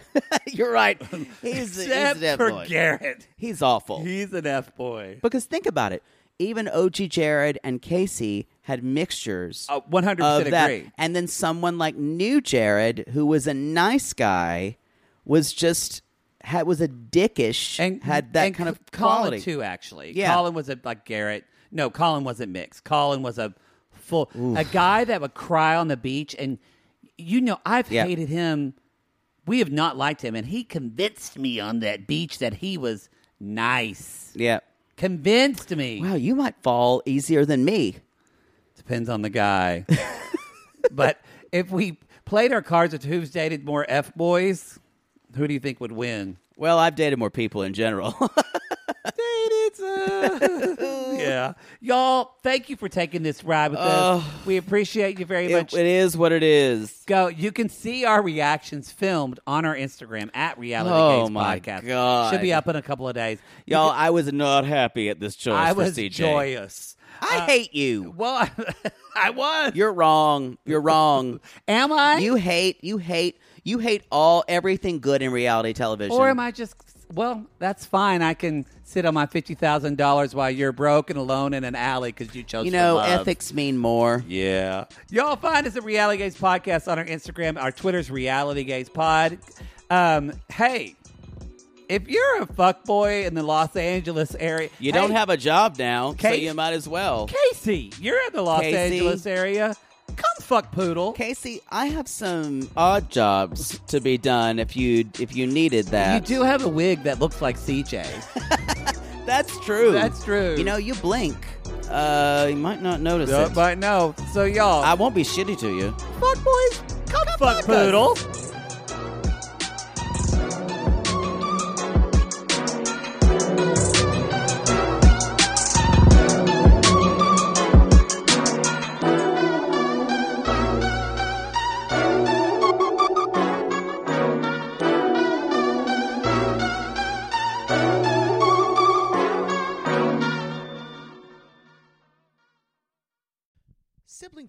Speaker 3: You're right. He's, he's
Speaker 2: Except
Speaker 3: an F
Speaker 2: for
Speaker 3: boy.
Speaker 2: Garrett.
Speaker 3: He's awful.
Speaker 2: He's an F boy.
Speaker 3: because think about it. Even OG Jared and Casey had mixtures.
Speaker 2: Uh, 100%
Speaker 3: of that.
Speaker 2: agree.
Speaker 3: And then someone like New Jared, who was a nice guy, was just had was a dickish
Speaker 2: And
Speaker 3: had that
Speaker 2: and
Speaker 3: kind of
Speaker 2: Colin
Speaker 3: quality
Speaker 2: too. Actually,
Speaker 3: Yeah.
Speaker 2: Colin was a like Garrett. No, Colin wasn't mixed. Colin was a full a guy that would cry on the beach, and you know I've
Speaker 3: Yeah.
Speaker 2: hated him. We have not liked him, and he convinced me on that beach that he was nice.
Speaker 3: Yeah.
Speaker 2: Convinced me.
Speaker 3: Wow, you might fall easier than me.
Speaker 2: Depends on the guy. but if we played our cards with who's dated more F boys, who do you think would win?
Speaker 3: Well, I've dated more people in general.
Speaker 2: yeah. Y'all, thank you for taking this ride with us. We appreciate you very
Speaker 3: it,
Speaker 2: much.
Speaker 3: it is what it is.
Speaker 2: Go. You can see our reactions filmed on our Instagram at Reality
Speaker 3: Oh,
Speaker 2: Gates
Speaker 3: my
Speaker 2: Podcast.
Speaker 3: God.
Speaker 2: Should be up in a couple of days. You
Speaker 3: Y'all,
Speaker 2: can-
Speaker 3: I was not happy at this choice
Speaker 2: I
Speaker 3: for
Speaker 2: was uh,
Speaker 3: CJ.
Speaker 2: joyous.
Speaker 3: I hate you.
Speaker 2: Well, I was.
Speaker 3: You're wrong. You're wrong.
Speaker 2: am I?
Speaker 3: You hate. You hate. You hate all everything good in reality television.
Speaker 2: or am I just? Well, that's fine. I can sit on my fifty thousand dollars while you're broke and alone in an alley because you chose.
Speaker 3: You
Speaker 2: to
Speaker 3: know,
Speaker 2: love.
Speaker 3: ethics mean more.
Speaker 2: Yeah. Y'all find us at Reality Gaze Podcast on our Instagram. Our Twitter's Reality Gaze Pod. Um, hey, if you're a fuckboy in the Los Angeles area,
Speaker 3: You don't
Speaker 2: Hey,
Speaker 3: have a job now, so
Speaker 2: Kate-
Speaker 3: you might as well.
Speaker 2: Casey. You're in the Los
Speaker 3: Casey.
Speaker 2: Angeles area. Come fuck poodle.
Speaker 3: Casey, I have some odd jobs to be done if you if you needed
Speaker 2: You
Speaker 3: that.
Speaker 2: do have a wig that looks like CJ.
Speaker 3: That's true.
Speaker 2: That's true.
Speaker 3: You know, you blink. Uh, you might not notice
Speaker 2: Yeah,
Speaker 3: it.
Speaker 2: but no. So y'all,
Speaker 3: I won't be shitty to you.
Speaker 2: fuck boys, come, fuck poodle.
Speaker 5: Sibling